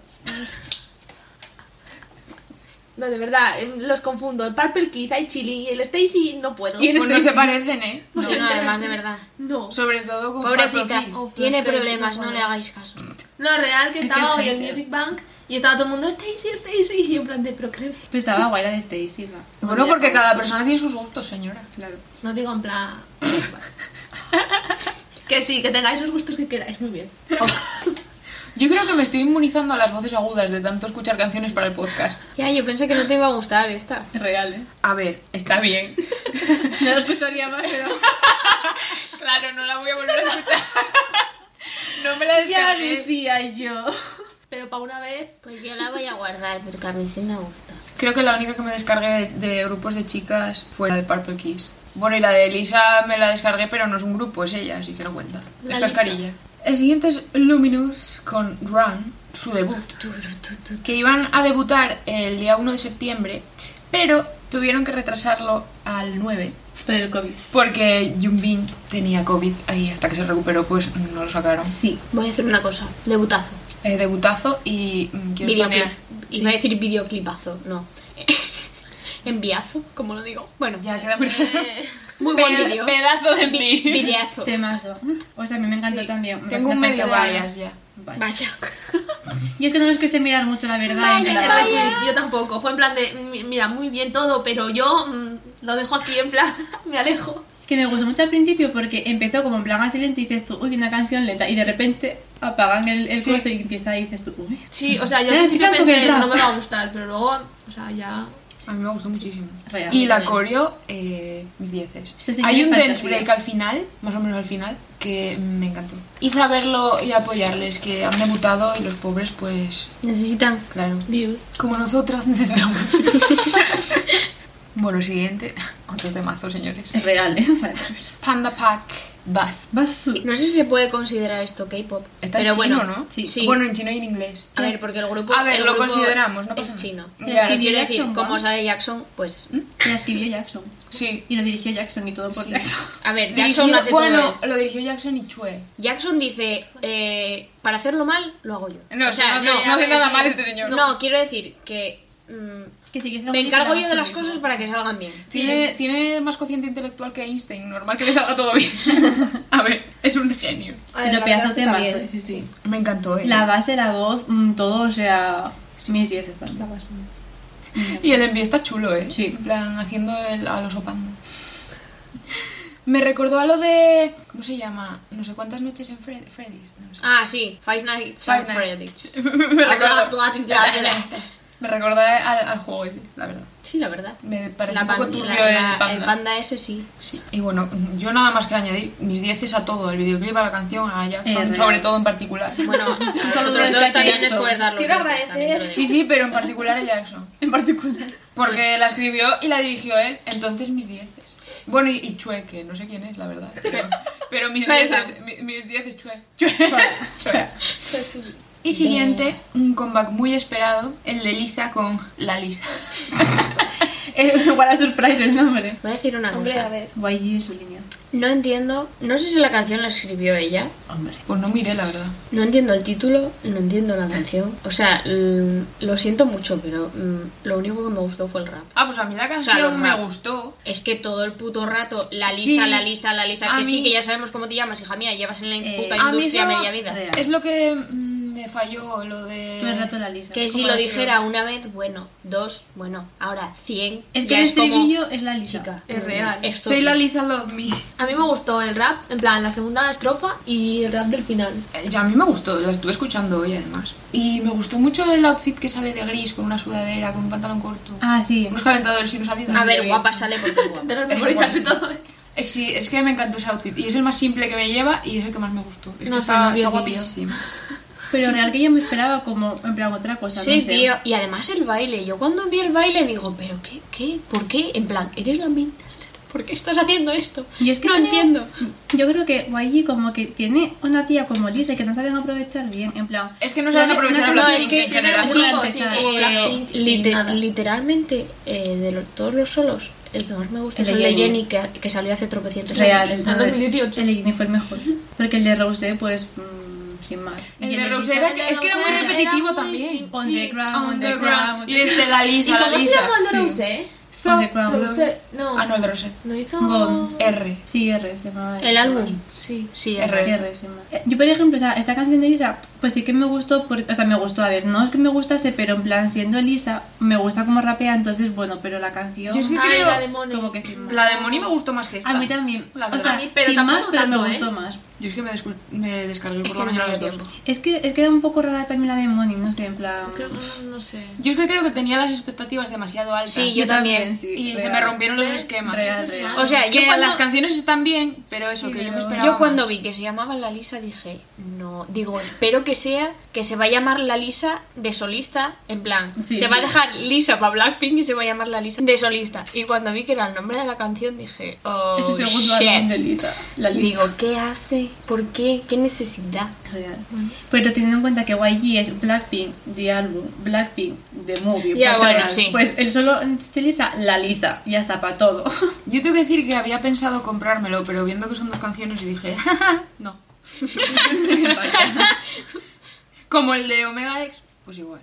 Speaker 4: No, de verdad, eh, los confundo. El Purple Kiss, hay Chili y el Stacy no puedo.
Speaker 2: Y-
Speaker 1: Pues no se parecen, ¿eh?
Speaker 3: No, no, además, de verdad.
Speaker 4: No.
Speaker 1: Sobre todo con
Speaker 3: Pobrecita,
Speaker 1: Purple Kiss.
Speaker 3: tiene
Speaker 4: Pero es que
Speaker 3: problemas,
Speaker 4: no
Speaker 3: no le
Speaker 4: puedo.
Speaker 3: hagáis caso.
Speaker 4: No, real que
Speaker 2: Es que
Speaker 4: estaba
Speaker 2: es
Speaker 4: hoy el
Speaker 2: hater.
Speaker 4: Music Bank y estaba todo el mundo Stacy, Stacy y en plan de, pero creo
Speaker 2: Pero estaba guay la de Stacy, ¿no?
Speaker 1: Bueno, porque cada persona tiene sus gustos, señora.
Speaker 2: Claro.
Speaker 4: No digo en plan. que sí, que tengáis los gustos que queráis, muy bien.
Speaker 1: Yo creo que me estoy inmunizando a las voces agudas de tanto escuchar canciones para el podcast.
Speaker 3: Ya, yo pensé que no te iba a gustar esta.
Speaker 2: Real, ¿eh?
Speaker 1: A ver, está bien.
Speaker 2: No lo escucharía más, pero...
Speaker 1: Claro, no la voy a volver a escuchar. No me la
Speaker 2: Ya
Speaker 1: descargué.
Speaker 2: decía yo.
Speaker 4: Pero para una vez.
Speaker 3: Pues yo la voy a guardar porque a mí sí me gusta.
Speaker 1: Creo que la única que me descargué de, de grupos de chicas fue la de Purple Kiss. Bueno, y la de Elisa me la descargué, pero no es un grupo, es ella, así que no cuenta.
Speaker 4: La
Speaker 1: es cascarilla. El siguiente es Luminous con Run, su debut. Que iban a debutar el día 1 de septiembre, pero tuvieron que retrasarlo al 9
Speaker 2: Pero el COVID.
Speaker 1: porque Jungbin tenía COVID y hasta que se recuperó, pues no lo sacaron.
Speaker 2: Sí.
Speaker 3: Voy a decir una cosa, debutazo.
Speaker 1: Eh, debutazo y mm, quiero
Speaker 3: Videoclip.
Speaker 1: exponer-
Speaker 3: Iba a decir videoclipazo, no. Enviazo, como lo digo. Bueno,
Speaker 1: Ya queda muy
Speaker 4: eh,
Speaker 3: muy buen
Speaker 1: Pe-
Speaker 3: vídeo.
Speaker 1: Pedazo de
Speaker 3: Vi-
Speaker 1: mí.
Speaker 3: videazo.
Speaker 2: Temazo. O sea, a mí me encantó también. Me
Speaker 1: Tengo un
Speaker 2: parece
Speaker 1: medio
Speaker 2: una parte de-
Speaker 1: varias ya.
Speaker 2: Vaya.
Speaker 3: Vaya.
Speaker 2: Y es que no es que se mirar mucho, la verdad. en
Speaker 4: el
Speaker 2: plan-
Speaker 4: retweet, yo tampoco. Fue en plan de, "Mi- mira, muy bien todo, pero yo mm, lo dejo aquí en plan, me alejo.
Speaker 2: Que me gustó mucho al principio porque empezó como en plan así lento y dices tú, uy, una canción lenta. Y de repente apagan el, el
Speaker 1: Sí.
Speaker 2: coso y empieza y dices tú, uy.
Speaker 4: Sí, o sea, yo
Speaker 2: Ya
Speaker 4: al principio
Speaker 2: empiezan con
Speaker 4: pensé,
Speaker 2: Eh, el rap.
Speaker 4: no me va a gustar, pero luego, o sea, ya.
Speaker 1: A mí me gustó muchísimo.
Speaker 2: Real.
Speaker 1: Y la
Speaker 2: Real.
Speaker 1: coreo, eh, mis dieces.
Speaker 2: Esto sí que
Speaker 1: Hay
Speaker 2: es
Speaker 1: un dance
Speaker 2: fantasía.
Speaker 1: break al final, más o menos al final, que me encantó. Y saberlo y apoyarles, que han debutado y los pobres, pues,
Speaker 3: Necesitan.
Speaker 1: claro.
Speaker 4: Views.
Speaker 1: Como nosotras necesitamos. bueno, siguiente. Otro temazo, señores.
Speaker 2: Es real, ¿eh? Vale.
Speaker 1: Panda Pack Bus.
Speaker 2: Vas.
Speaker 3: No sé si se puede considerar esto K-pop.
Speaker 1: Está
Speaker 3: pero
Speaker 1: en chino,
Speaker 3: bueno,
Speaker 1: ¿no?
Speaker 3: Sí.
Speaker 1: Bueno, en chino y en inglés.
Speaker 3: A ver, porque el grupo.
Speaker 1: A ver,
Speaker 3: el
Speaker 1: lo
Speaker 3: grupo
Speaker 1: consideramos, no pasa
Speaker 3: Es
Speaker 1: nada.
Speaker 3: chino.
Speaker 1: Ya,
Speaker 2: Es que
Speaker 3: Quiero
Speaker 2: Jackson,
Speaker 3: decir,
Speaker 2: ¿no?
Speaker 3: como sale Jackson, pues.
Speaker 1: ¿Mm?
Speaker 2: La escribió Jackson.
Speaker 1: Sí.
Speaker 2: Y lo dirigió Jackson y todo por
Speaker 1: Sí.
Speaker 2: Jackson.
Speaker 3: A ver, Jackson
Speaker 1: Dirigido-
Speaker 3: lo hace
Speaker 1: bueno,
Speaker 3: todo. él.
Speaker 1: lo dirigió Jackson y Chue.
Speaker 3: Jackson dice: eh, para hacerlo mal, lo hago yo.
Speaker 1: No,
Speaker 3: o sea,
Speaker 1: no, hace- no hace nada mal este
Speaker 3: no,
Speaker 1: señor.
Speaker 3: no, quiero decir que. mm,
Speaker 2: Que sí, que es algo
Speaker 3: me
Speaker 2: que
Speaker 3: encargo
Speaker 2: grabas
Speaker 3: yo de
Speaker 2: tú
Speaker 3: las
Speaker 2: mismo.
Speaker 3: cosas para que salgan bien.
Speaker 1: Tiene, tiene más cociente intelectual que Einstein, normal que le salga todo bien. A ver, es un genio.
Speaker 2: Pero pedazo de temazo, sí, sí.
Speaker 1: Me encantó eh. él.
Speaker 2: La base, la voz, mm, todo, o sea. Mis 10 están.
Speaker 1: Y el envío está chulo, ¿eh?
Speaker 2: Sí.
Speaker 1: En plan, haciendo el, a los opando. Me recordó a lo de... ¿Cómo se llama? No sé cuántas noches en Fred- Freddy's. No sé.
Speaker 3: Ah, sí, Five Nights at
Speaker 1: Five Nights.
Speaker 3: Freddy's.
Speaker 1: me,
Speaker 3: Bla,
Speaker 1: recordó,
Speaker 3: bla, bla, bla.
Speaker 1: me recordó al, al juego ese, la verdad.
Speaker 3: Sí, la verdad.
Speaker 1: Me parece
Speaker 3: La
Speaker 1: un poco
Speaker 3: pan-
Speaker 1: turbio
Speaker 3: la- la-
Speaker 1: el panda.
Speaker 3: el panda ese sí.
Speaker 1: Sí. Y bueno, yo nada más que añadir mis dieces a todo, al videoclip, a la canción, a
Speaker 2: Eh,
Speaker 1: Jackson,
Speaker 2: real.
Speaker 1: sobre todo en particular.
Speaker 3: Bueno, a los
Speaker 2: saludo
Speaker 3: otros
Speaker 2: desde
Speaker 3: dos
Speaker 2: aquí,
Speaker 3: también les
Speaker 2: Jackson.
Speaker 3: puedes dar los
Speaker 4: Quiero
Speaker 3: besos, también te lo
Speaker 4: agradecer-
Speaker 1: Sí, sí, pero en particular a Jackson.
Speaker 2: En particular.
Speaker 1: Porque la escribió y la dirigió él, entonces mis dieces. Bueno, y, y Chue, que no sé quién es, la verdad. Pero, pero mis
Speaker 3: Chue
Speaker 1: dieces, mi- mis dieces Chue. Chue. Chue. Y siguiente, un comeback muy esperado, el de Lisa con la Lisa.
Speaker 2: Es igual Eh, a surprise el nombre.
Speaker 3: Voy a decir una
Speaker 4: Hombre,
Speaker 3: cosa.
Speaker 4: a ver.
Speaker 2: Guay es su línea.
Speaker 3: No entiendo, no sé si la canción la escribió ella,
Speaker 2: Hombre.
Speaker 1: Pues no miré, la verdad.
Speaker 3: no entiendo el título, no entiendo la canción. O sea, l- lo siento mucho, pero mm, lo único que me gustó fue el rap.
Speaker 1: Ah, pues a mí la
Speaker 3: sea,
Speaker 1: canción
Speaker 3: los
Speaker 1: me
Speaker 3: rap.
Speaker 1: gustó.
Speaker 3: Es que todo el puto rato, la lisa,
Speaker 1: Sí.
Speaker 3: la lisa, la lisa,
Speaker 1: A
Speaker 3: que sí,
Speaker 1: mí-
Speaker 3: que ya sabemos cómo te llamas, hija mía, llevas en la
Speaker 2: Eh,
Speaker 3: puta
Speaker 1: a mí
Speaker 3: industria
Speaker 1: eso-
Speaker 3: media vida.
Speaker 2: real.
Speaker 1: Es lo que mm, me me falló lo de...
Speaker 2: Todo el rato la Lisa.
Speaker 3: Que si
Speaker 2: Como
Speaker 3: lo
Speaker 2: la
Speaker 3: dijera una vez, bueno, dos, bueno, ahora cien.
Speaker 2: Es que
Speaker 3: ya
Speaker 2: el
Speaker 3: es como,
Speaker 2: estribillo es la Lisa.
Speaker 3: chica.
Speaker 4: Es
Speaker 3: mm,
Speaker 4: real.
Speaker 3: esto-
Speaker 1: Soy la Lisa Love Me.
Speaker 4: A mí me gustó el rap, en plan, la segunda estrofa y el rap del final.
Speaker 1: Eh, ya, a mí me gustó, la estuve escuchando hoy además. Y me gustó mucho el outfit que sale de gris, con una sudadera, con un pantalón corto.
Speaker 2: Ah, sí.
Speaker 1: Unos calentadores y unos adidas.
Speaker 3: A ver,
Speaker 1: Bien.
Speaker 3: guapa sale porque guapa.
Speaker 4: Pero
Speaker 1: Es
Speaker 4: memorizaste
Speaker 1: guapísimo.
Speaker 4: todo.
Speaker 1: Eh, Sí, es que me encantó ese outfit. Y es el más simple que me lleva y es el que más me gustó. Es
Speaker 4: No
Speaker 1: que
Speaker 4: sé, no
Speaker 1: está,
Speaker 4: vi
Speaker 1: está
Speaker 4: el vídeo.
Speaker 1: guapísimo.
Speaker 2: Pero real que yo me esperaba como, en plan, otra cosa.
Speaker 3: Sí,
Speaker 2: no sé.
Speaker 3: tío. Y además el baile. Yo cuando vi el baile digo, ¿pero qué? ¿Qué? ¿Por qué? En plan, eres la main dancer. ¿Por qué estás haciendo esto?
Speaker 2: Y es que
Speaker 3: no
Speaker 2: creo-
Speaker 3: entiendo.
Speaker 2: Yo creo que YG como que tiene una tía como Lisa y que no saben aprovechar bien, en plan...
Speaker 1: Es que no saben
Speaker 2: No,
Speaker 1: aprovechar
Speaker 2: no,
Speaker 1: el
Speaker 2: no,
Speaker 1: outfit
Speaker 2: es
Speaker 1: en
Speaker 2: que
Speaker 1: general.
Speaker 2: era
Speaker 3: Sí,
Speaker 2: muy
Speaker 3: sí,
Speaker 2: empezar.
Speaker 3: eh,
Speaker 4: Como Blackpink y
Speaker 3: lite-
Speaker 4: nada.
Speaker 3: literalmente, eh, de lo- todos los solos, el que más me gusta
Speaker 2: El
Speaker 3: es
Speaker 2: de
Speaker 3: el de
Speaker 2: Jennie.
Speaker 3: Jenny, que, que salió hace tropecientos
Speaker 2: Real,
Speaker 3: años.
Speaker 2: el,
Speaker 4: En 2018.
Speaker 2: el Igni fue el mejor. Porque el de Rose, pues, mm, sin más.
Speaker 1: El
Speaker 2: Y
Speaker 1: de
Speaker 2: Lisa-
Speaker 1: Rose era-
Speaker 4: El de
Speaker 1: es que era
Speaker 4: Rosé
Speaker 1: muy repetitivo
Speaker 4: muy
Speaker 1: también.
Speaker 4: sim-
Speaker 2: On
Speaker 4: sí.
Speaker 2: the ground, on the
Speaker 1: Underground.
Speaker 2: ground.
Speaker 1: Y este, la
Speaker 4: ¿Y
Speaker 1: Lisa, la
Speaker 4: cómo se
Speaker 1: Lisa.
Speaker 4: llama el
Speaker 1: Sí.
Speaker 4: de Rosé?
Speaker 1: So-
Speaker 2: Underground.
Speaker 4: Rosé, no.
Speaker 1: Ah, no, el de Rosé.
Speaker 4: No hizo...
Speaker 2: Gone.
Speaker 1: R.
Speaker 2: Sí, R, se llamaba.
Speaker 3: El álbum.
Speaker 4: Sí.
Speaker 3: Sí,
Speaker 1: Es
Speaker 3: R.
Speaker 1: re-
Speaker 2: R, sí, ma. Eh, Yo, por ejemplo, o sea, esta canción de Lisa, pues sí que me gustó, porque, o sea, me gustó, a ver, no es que me gustase, pero en plan, siendo Lisa, me gusta como rapea, entonces, bueno, pero la canción...
Speaker 1: Yo es que
Speaker 4: Ah,
Speaker 1: creo-
Speaker 4: la de Money.
Speaker 2: Como que sí, ma.
Speaker 1: La de Moni me gustó más que esta.
Speaker 2: A mí también.
Speaker 1: La
Speaker 2: o
Speaker 1: verdad.
Speaker 2: sea,
Speaker 1: A
Speaker 4: mí, pero
Speaker 2: sin más,
Speaker 4: tampoco
Speaker 2: pero me
Speaker 4: tanto, ¿eh?
Speaker 2: gustó más.
Speaker 1: Yo es que me, descul- me descargué
Speaker 3: Es
Speaker 1: por
Speaker 3: que
Speaker 1: la
Speaker 3: no
Speaker 1: mañana
Speaker 3: me
Speaker 1: las
Speaker 3: dio
Speaker 1: dos.
Speaker 3: tiempo.
Speaker 2: Es que, es que era un poco rara también la de Money, no sé, en plan...
Speaker 4: Que- No sé.
Speaker 1: Yo es que creo que tenía las expectativas demasiado altas.
Speaker 3: Sí, yo también.
Speaker 2: sí,
Speaker 1: Y
Speaker 2: real.
Speaker 1: se me rompieron los
Speaker 4: Real,
Speaker 1: esquemas.
Speaker 2: Real,
Speaker 4: Eso es
Speaker 2: real.
Speaker 4: malo.
Speaker 3: O sea,
Speaker 1: Que
Speaker 3: yo cuando,
Speaker 1: las canciones están bien, pero eso,
Speaker 2: Sí,
Speaker 1: que yo me
Speaker 2: pero-
Speaker 1: esperaba.
Speaker 3: yo cuando
Speaker 1: más.
Speaker 3: vi que se llamaba La Lisa dije, no, digo, espero que sea, que se va a llamar La Lisa de solista, en plan,
Speaker 2: Sí,
Speaker 3: se va a
Speaker 2: sí.
Speaker 3: dejar Lisa para Blackpink y se va a llamar La Lisa de solista. Y cuando vi que era el nombre de la canción dije, oh,
Speaker 2: Es el segundo álbum de
Speaker 3: shit.
Speaker 2: Lisa. La
Speaker 3: Digo,
Speaker 2: lista.
Speaker 3: ¿qué hace? ¿Por qué? ¿Qué necesidad?
Speaker 2: Real. Pero teniendo en cuenta que YG es Blackpink de álbum, Blackpink de movie,
Speaker 3: Ya,
Speaker 2: pues,
Speaker 3: bueno,
Speaker 2: real,
Speaker 3: sí.
Speaker 2: pues el solo de Lisa, la Lisa, y hasta para todo.
Speaker 1: Yo tengo que decir que había pensado comprármelo, pero viendo que son dos canciones dije, "Jaja, no. Como el de Omega X, pues igual.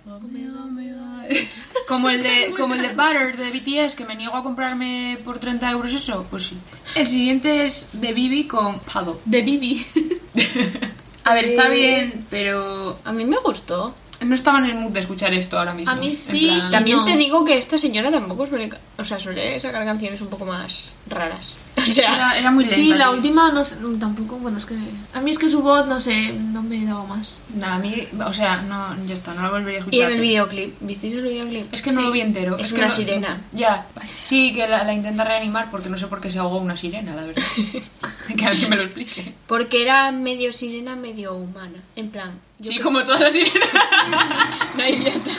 Speaker 1: Como el de, como el de Butter de BTS, que me niego a comprarme por 30 euros eso, pues sí. El siguiente es de Bibi con Pado.
Speaker 4: De Bibi.
Speaker 1: A ver, está bien, pero
Speaker 3: A mí me gustó.
Speaker 1: no estaba en el mood de escuchar esto ahora mismo.
Speaker 4: A mí
Speaker 1: En
Speaker 4: sí,
Speaker 1: plan-
Speaker 3: También
Speaker 4: No.
Speaker 3: te digo que esta señora tampoco suele, o sea, suele sacar canciones un poco más raras. O sea,
Speaker 1: Era, era muy lenta.
Speaker 4: Sí, la
Speaker 1: tío.
Speaker 4: última no sé, tampoco, bueno, es que... A mí es que su voz, no sé, no me daba más.
Speaker 1: No, a mí, o sea, no, ya está, no la volvería a escuchar.
Speaker 3: y en el
Speaker 1: pero-
Speaker 3: videoclip, ¿visteis el videoclip?
Speaker 1: Es que no
Speaker 4: Sí,
Speaker 1: lo vi entero.
Speaker 3: es
Speaker 1: que
Speaker 3: una
Speaker 1: no-
Speaker 3: sirena.
Speaker 1: Ya, sí que la, la intenta reanimar porque no sé por qué se ahogó una sirena, la verdad. que alguien me lo explique.
Speaker 3: Porque era medio sirena, medio humana. En plan, yo
Speaker 1: sí,
Speaker 3: creo-
Speaker 1: como todas las sirenas.
Speaker 3: no idiota.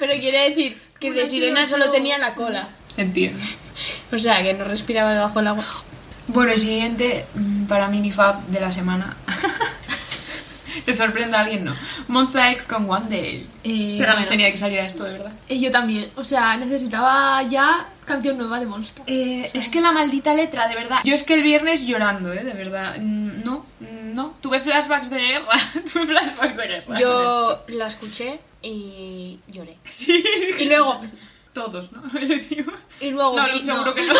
Speaker 3: Pero quiere decir que de sirena solo tenía la cola.
Speaker 1: Entiendo.
Speaker 3: O sea, que no respiraba debajo del agua.
Speaker 1: Bueno, el siguiente, mm, para mí mi fab de la semana. ¿Te sorprende a alguien? No. Monster X con One Day.
Speaker 4: Eh,
Speaker 1: Pero ganas
Speaker 4: bueno.
Speaker 1: tenía que salir a esto, de verdad.
Speaker 4: Eh, Yo también, o sea, necesitaba ya canción nueva de Monster.
Speaker 1: Eh, es que la maldita letra, de verdad. Yo es que el viernes llorando, ¿eh? De verdad. Mm, No, mm, no. Tuve flashbacks de guerra. Tuve flashbacks de guerra.
Speaker 3: Yo la escuché y lloré.
Speaker 1: Sí.
Speaker 3: Y luego,
Speaker 1: Todos, ¿no? Lo hicimos.
Speaker 3: y luego,
Speaker 1: No,
Speaker 3: vi-
Speaker 1: Lu, seguro
Speaker 3: no.
Speaker 1: que no.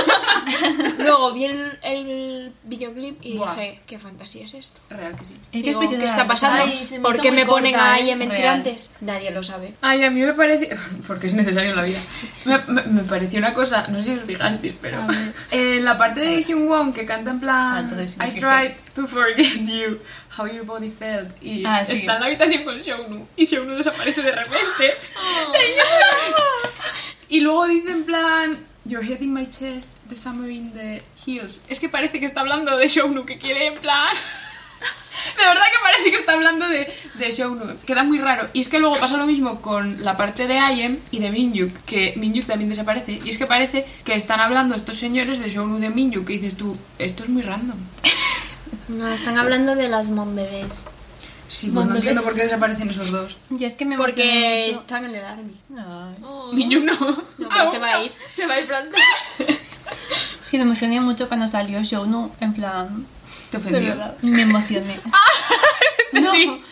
Speaker 3: luego vi el, el videoclip y
Speaker 1: Buah.
Speaker 3: dije, ¿qué fantasía es esto?
Speaker 1: Real que sí.
Speaker 2: Es que
Speaker 3: Digo,
Speaker 2: especial
Speaker 3: ¿qué
Speaker 2: la
Speaker 3: está
Speaker 2: letra.
Speaker 3: pasando?
Speaker 4: Ay, se me
Speaker 3: ¿Por
Speaker 4: hizo
Speaker 3: qué
Speaker 4: muy
Speaker 3: me ponen
Speaker 4: corta,
Speaker 3: a
Speaker 4: ¿eh?
Speaker 3: ella mentir
Speaker 2: Real.
Speaker 3: antes? Nadie lo sabe.
Speaker 1: Ay, a mí me parece. Porque es necesario en la vida. Me, me- me pareció una cosa, no sé si os digasteis, pero.
Speaker 4: A ver.
Speaker 1: Eh, la parte de Hyun Won que canta en
Speaker 2: Ah,
Speaker 1: plan.
Speaker 2: entonces sí me
Speaker 1: I
Speaker 2: fijé.
Speaker 1: tried to forget you, how your body felt. Y
Speaker 2: Ah, sí.
Speaker 1: está en la habitación con Shounu. Y Shounu desaparece de repente.
Speaker 2: Ah.
Speaker 1: y luego dice en plan. Your head in my chest, the summer in the hills. Es que parece que está hablando de Shounu, que quiere en plan. De verdad que parece que está hablando de, de Showroom. Queda muy raro. Y es que luego pasa lo mismo con la parte de IM y de Minyuk, que Minyuk también desaparece. Y es que parece que están hablando estos señores de Showroom de Minyuk, que dices tú, esto es muy random.
Speaker 3: No, están hablando de las mombebés.
Speaker 1: Sí, pues no entiendo por qué desaparecen esos dos.
Speaker 2: Yo es que me
Speaker 3: Porque
Speaker 2: emocioné mucho.
Speaker 3: están en el army.
Speaker 2: Ay.
Speaker 4: Oh,
Speaker 1: Minyuk no.
Speaker 3: No,
Speaker 1: Ah,
Speaker 3: pero se va a ir.
Speaker 4: Se va a ir pronto.
Speaker 2: Que me emocioné mucho cuando salió Show, no, en plan...
Speaker 1: Te
Speaker 2: de
Speaker 1: ofendió.
Speaker 2: verdad, Me emocioné.
Speaker 1: Sí,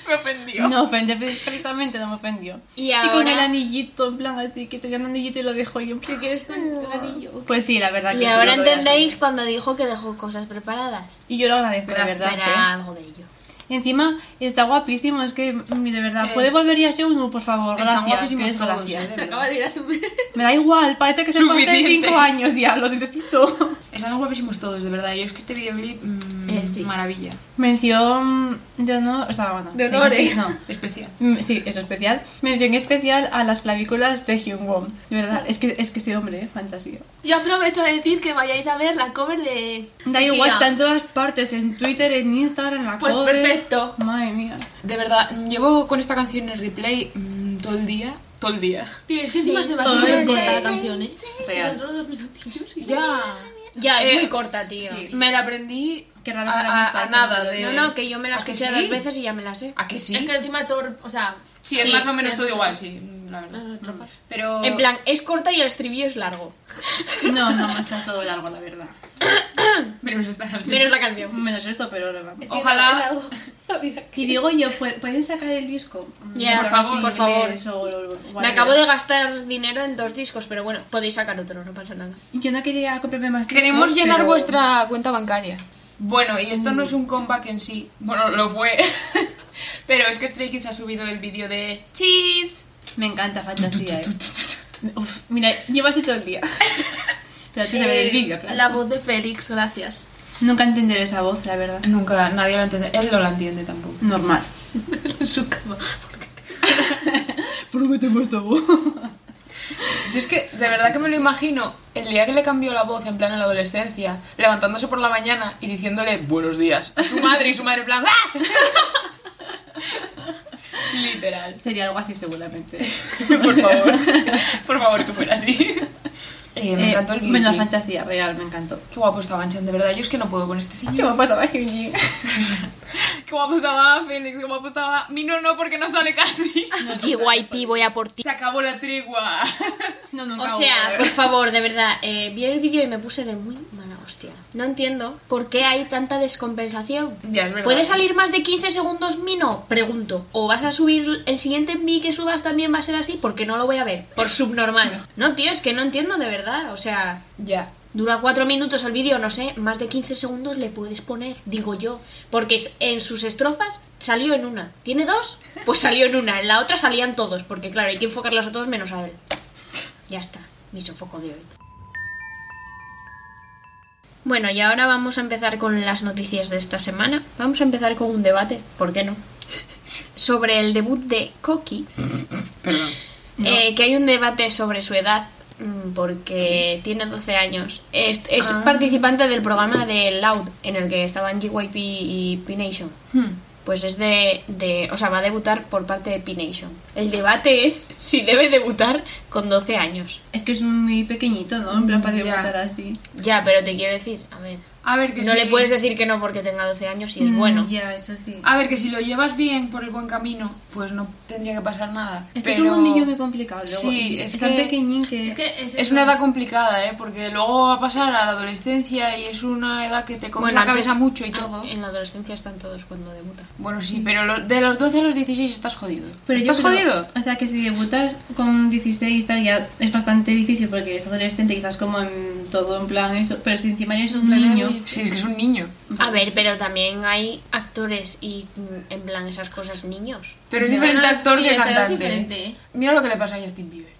Speaker 1: me ofendió.
Speaker 2: No ofende, precisamente no me ofendió.
Speaker 3: Y
Speaker 2: Y con el
Speaker 3: ahora,
Speaker 2: anillito, en plan así, que tenía un anillito y lo dejó y en plan...
Speaker 4: ¿Qué quieres con el anillo?
Speaker 2: Pues sí, la verdad que
Speaker 3: y
Speaker 2: sí,
Speaker 3: ahora
Speaker 2: lo voy a hacer.
Speaker 3: entendéis cuando dijo que dejó cosas preparadas.
Speaker 2: Y yo lo agradezco, de
Speaker 3: Pero
Speaker 2: verdad.
Speaker 3: era algo de ello.
Speaker 2: ¿eh? Y encima está guapísimo, es que, mm, de verdad,
Speaker 1: Eh,
Speaker 2: ¿puede volver ya a Seunu, por favor?
Speaker 1: están
Speaker 2: Gracias,
Speaker 1: guapísimos
Speaker 2: que es
Speaker 1: todos,
Speaker 2: gracias.
Speaker 1: ¿eh?
Speaker 4: Se acaba de ir hace un mes.
Speaker 2: Me da igual, parece que se fue hace
Speaker 1: Suficiente.
Speaker 2: 5 años, diablo, necesito.
Speaker 1: Están guapísimos todos, de verdad. Yo es que este videoclip, mm,
Speaker 4: Eh, sí.
Speaker 1: maravilla,
Speaker 2: Mención de honor, o sea, bueno.
Speaker 4: De
Speaker 2: sí,
Speaker 4: honor,
Speaker 2: sí,
Speaker 4: ¿eh?
Speaker 2: no.
Speaker 1: especial.
Speaker 2: Mm, Sí, eso especial. Mención especial a las clavículas de Hyunwon. De verdad, es que, es que ese hombre, ¿eh? fantasía.
Speaker 4: Yo aprovecho de decir que vayáis a ver la cover de.
Speaker 2: Da igual,
Speaker 4: Tía.
Speaker 2: está en todas partes, en Twitter, en Instagram, en la
Speaker 4: Pues
Speaker 2: cover.
Speaker 4: perfecto.
Speaker 2: Madre mía.
Speaker 1: De verdad, mm, llevo con esta canción en replay mm, todo el día. Todo el día.
Speaker 4: Tío, es que encima se me
Speaker 2: Todo
Speaker 4: hace súper
Speaker 2: el
Speaker 4: corta la
Speaker 2: día.
Speaker 4: canción, ¿eh? Que
Speaker 1: Real.
Speaker 4: Son solo dos minutillos y
Speaker 1: Ya.
Speaker 3: Ya, es
Speaker 1: Eh,
Speaker 3: muy corta, tío.
Speaker 1: Me la aprendí
Speaker 2: Qué raro
Speaker 1: a,
Speaker 2: que la
Speaker 1: a-
Speaker 2: vista,
Speaker 1: a
Speaker 2: eso,
Speaker 1: nada.
Speaker 2: pero
Speaker 1: De...
Speaker 3: No, no, que yo me la
Speaker 1: ¿A ¿Ah, que
Speaker 3: escuché
Speaker 1: sí?
Speaker 3: dos veces y ya me la sé.
Speaker 1: ¿A que sí?
Speaker 4: Es que encima todo. O sea.
Speaker 1: Sí, es
Speaker 3: Sí,
Speaker 1: más o menos
Speaker 4: sí,
Speaker 1: todo
Speaker 4: es
Speaker 1: igual, sí, la verdad.
Speaker 4: no, no, no.
Speaker 1: Pero...
Speaker 3: En plan, es corta y el estribillo es largo.
Speaker 2: No, no, está todo largo, la verdad.
Speaker 1: Menos esta canción.
Speaker 3: Menos la canción.
Speaker 2: Menos esto, pero lo vamos.
Speaker 4: Es que
Speaker 1: Ojalá-
Speaker 4: es algo- la vida.
Speaker 2: Y digo yo, ¿pue- ¿pueden sacar el disco? Mm,
Speaker 3: Ya,
Speaker 1: por favor,
Speaker 3: por favor. Me acabo de gastar dinero en dos discos, pero bueno, podéis sacar otro, no pasa nada.
Speaker 2: Yo no quería comprarme más discos,
Speaker 1: Queremos llenar
Speaker 2: pero-
Speaker 1: vuestra cuenta bancaria. Bueno, y esto no es un comeback en sí. Bueno, lo fue. Pero es que Stray Kids ha subido el vídeo de Cheese.
Speaker 2: Me encanta fantasía, eh. Uf, mira, llevas todo el día. Pero antes de ver el vídeo, claro.
Speaker 4: Eh, La voz de Félix, gracias.
Speaker 2: Nunca entenderé esa voz, la verdad.
Speaker 1: Nunca nadie lo entiende. Él no la entiende tampoco.
Speaker 2: Normal.
Speaker 4: En su cama.
Speaker 2: ¿Por qué tengo esta voz?
Speaker 1: Yo es que de verdad que me lo imagino el día que le cambió la voz en plan en la adolescencia, levantándose por la mañana y diciéndole buenos días a su madre y su madre en plan ¡Ah! Literal.
Speaker 2: Sería algo así seguramente.
Speaker 1: Por favor. Por favor que fuera así. Eh, me
Speaker 2: Eh,
Speaker 1: encantó el
Speaker 2: Menos
Speaker 1: vídeo.
Speaker 2: fantasía, real, me encantó.
Speaker 1: Qué guapo estaba Chan, de verdad. Yo es que no puedo con este señor.
Speaker 2: ¿Qué me pasaba, Hyunjin?
Speaker 1: Qué guapo estaba Félix, qué guapo estaba. Mino no, porque no sale casi.
Speaker 3: GYP, voy a por ti.
Speaker 1: Se acabó la tregua.
Speaker 2: No, nunca
Speaker 3: O
Speaker 2: hubo,
Speaker 3: sea,
Speaker 2: de
Speaker 3: por
Speaker 2: verdad.
Speaker 3: favor, de verdad, eh, vi el vídeo y me puse de muy mala hostia. No entiendo por qué hay tanta descompensación.
Speaker 1: Ya, es verdad.
Speaker 3: ¿Puede salir más de 15 segundos Mino? Pregunto. ¿O vas a subir el siguiente envío que subas también va a ser así? Porque no lo voy a ver. Por subnormal. No, tío, es que no entiendo de verdad. O sea,
Speaker 1: Ya.
Speaker 3: dura cuatro minutos el vídeo, no sé, más de 15 segundos le puedes poner, digo yo. Porque es- en sus estrofas salió en una. ¿Tiene dos? Pues salió en una. En la otra salían todos. Porque claro, hay que enfocarlos a todos menos a él. Ya está. Mi sofoco de hoy. Bueno, y ahora vamos a empezar con las noticias de esta semana. Vamos a empezar con un debate, ¿por qué no? Sobre el debut de Koki. Eh, que hay un debate sobre su edad, mm, porque tiene 12 años. Es, es
Speaker 1: Ah.
Speaker 3: participante del programa de Loud, en el que estaban GYP y P-Nation.
Speaker 1: Hmm.
Speaker 3: Pues es de, de- O sea, va a debutar por parte de P-Nation. El debate es si debe debutar con 12 años.
Speaker 2: Es que es muy pequeñito, ¿no? En plan para
Speaker 1: Ya.
Speaker 2: debutar así.
Speaker 3: Ya, pero te quiero decir, a ver.
Speaker 1: A ver que
Speaker 3: No
Speaker 1: si...
Speaker 3: le puedes decir que no porque tenga 12 años y es
Speaker 2: Mm,
Speaker 3: bueno.
Speaker 2: Ya, eso sí.
Speaker 1: A ver que si lo llevas bien por el buen camino, pues no tendría que pasar nada.
Speaker 2: Es que es
Speaker 1: Pero
Speaker 2: un mundillo muy complicado. Luego.
Speaker 1: Sí, es
Speaker 2: tan
Speaker 1: que-
Speaker 2: pequeñín que...
Speaker 4: Es que es,
Speaker 1: es una edad complicada, ¿eh? Porque luego va a pasar a la adolescencia y es una edad que te come la
Speaker 3: antes-
Speaker 1: cabeza mucho y
Speaker 3: an-
Speaker 1: todo.
Speaker 2: eh.
Speaker 3: En la adolescencia están todos cuando debutan.
Speaker 1: Bueno, sí, pero lo- de los 12 a los 16 estás jodido.
Speaker 2: Pero yo
Speaker 1: ¿Estás
Speaker 2: creo-
Speaker 1: jodido?
Speaker 2: O sea, que si debutas con 16 y tal, ya es bastante difícil porque es adolescente, quizás como en todo, en plan eso. Pero si encima eres un
Speaker 4: plan
Speaker 2: niño.
Speaker 4: muy-
Speaker 1: Sí, es que es un niño.
Speaker 3: A ver, pero también hay actores y mm, en plan esas cosas niños.
Speaker 1: Pero es
Speaker 4: Ya,
Speaker 1: diferente actor
Speaker 4: sí,
Speaker 1: que
Speaker 4: pero es
Speaker 1: cantante.
Speaker 4: diferente, ¿eh?
Speaker 1: Mira lo que le pasó a Justin Bieber.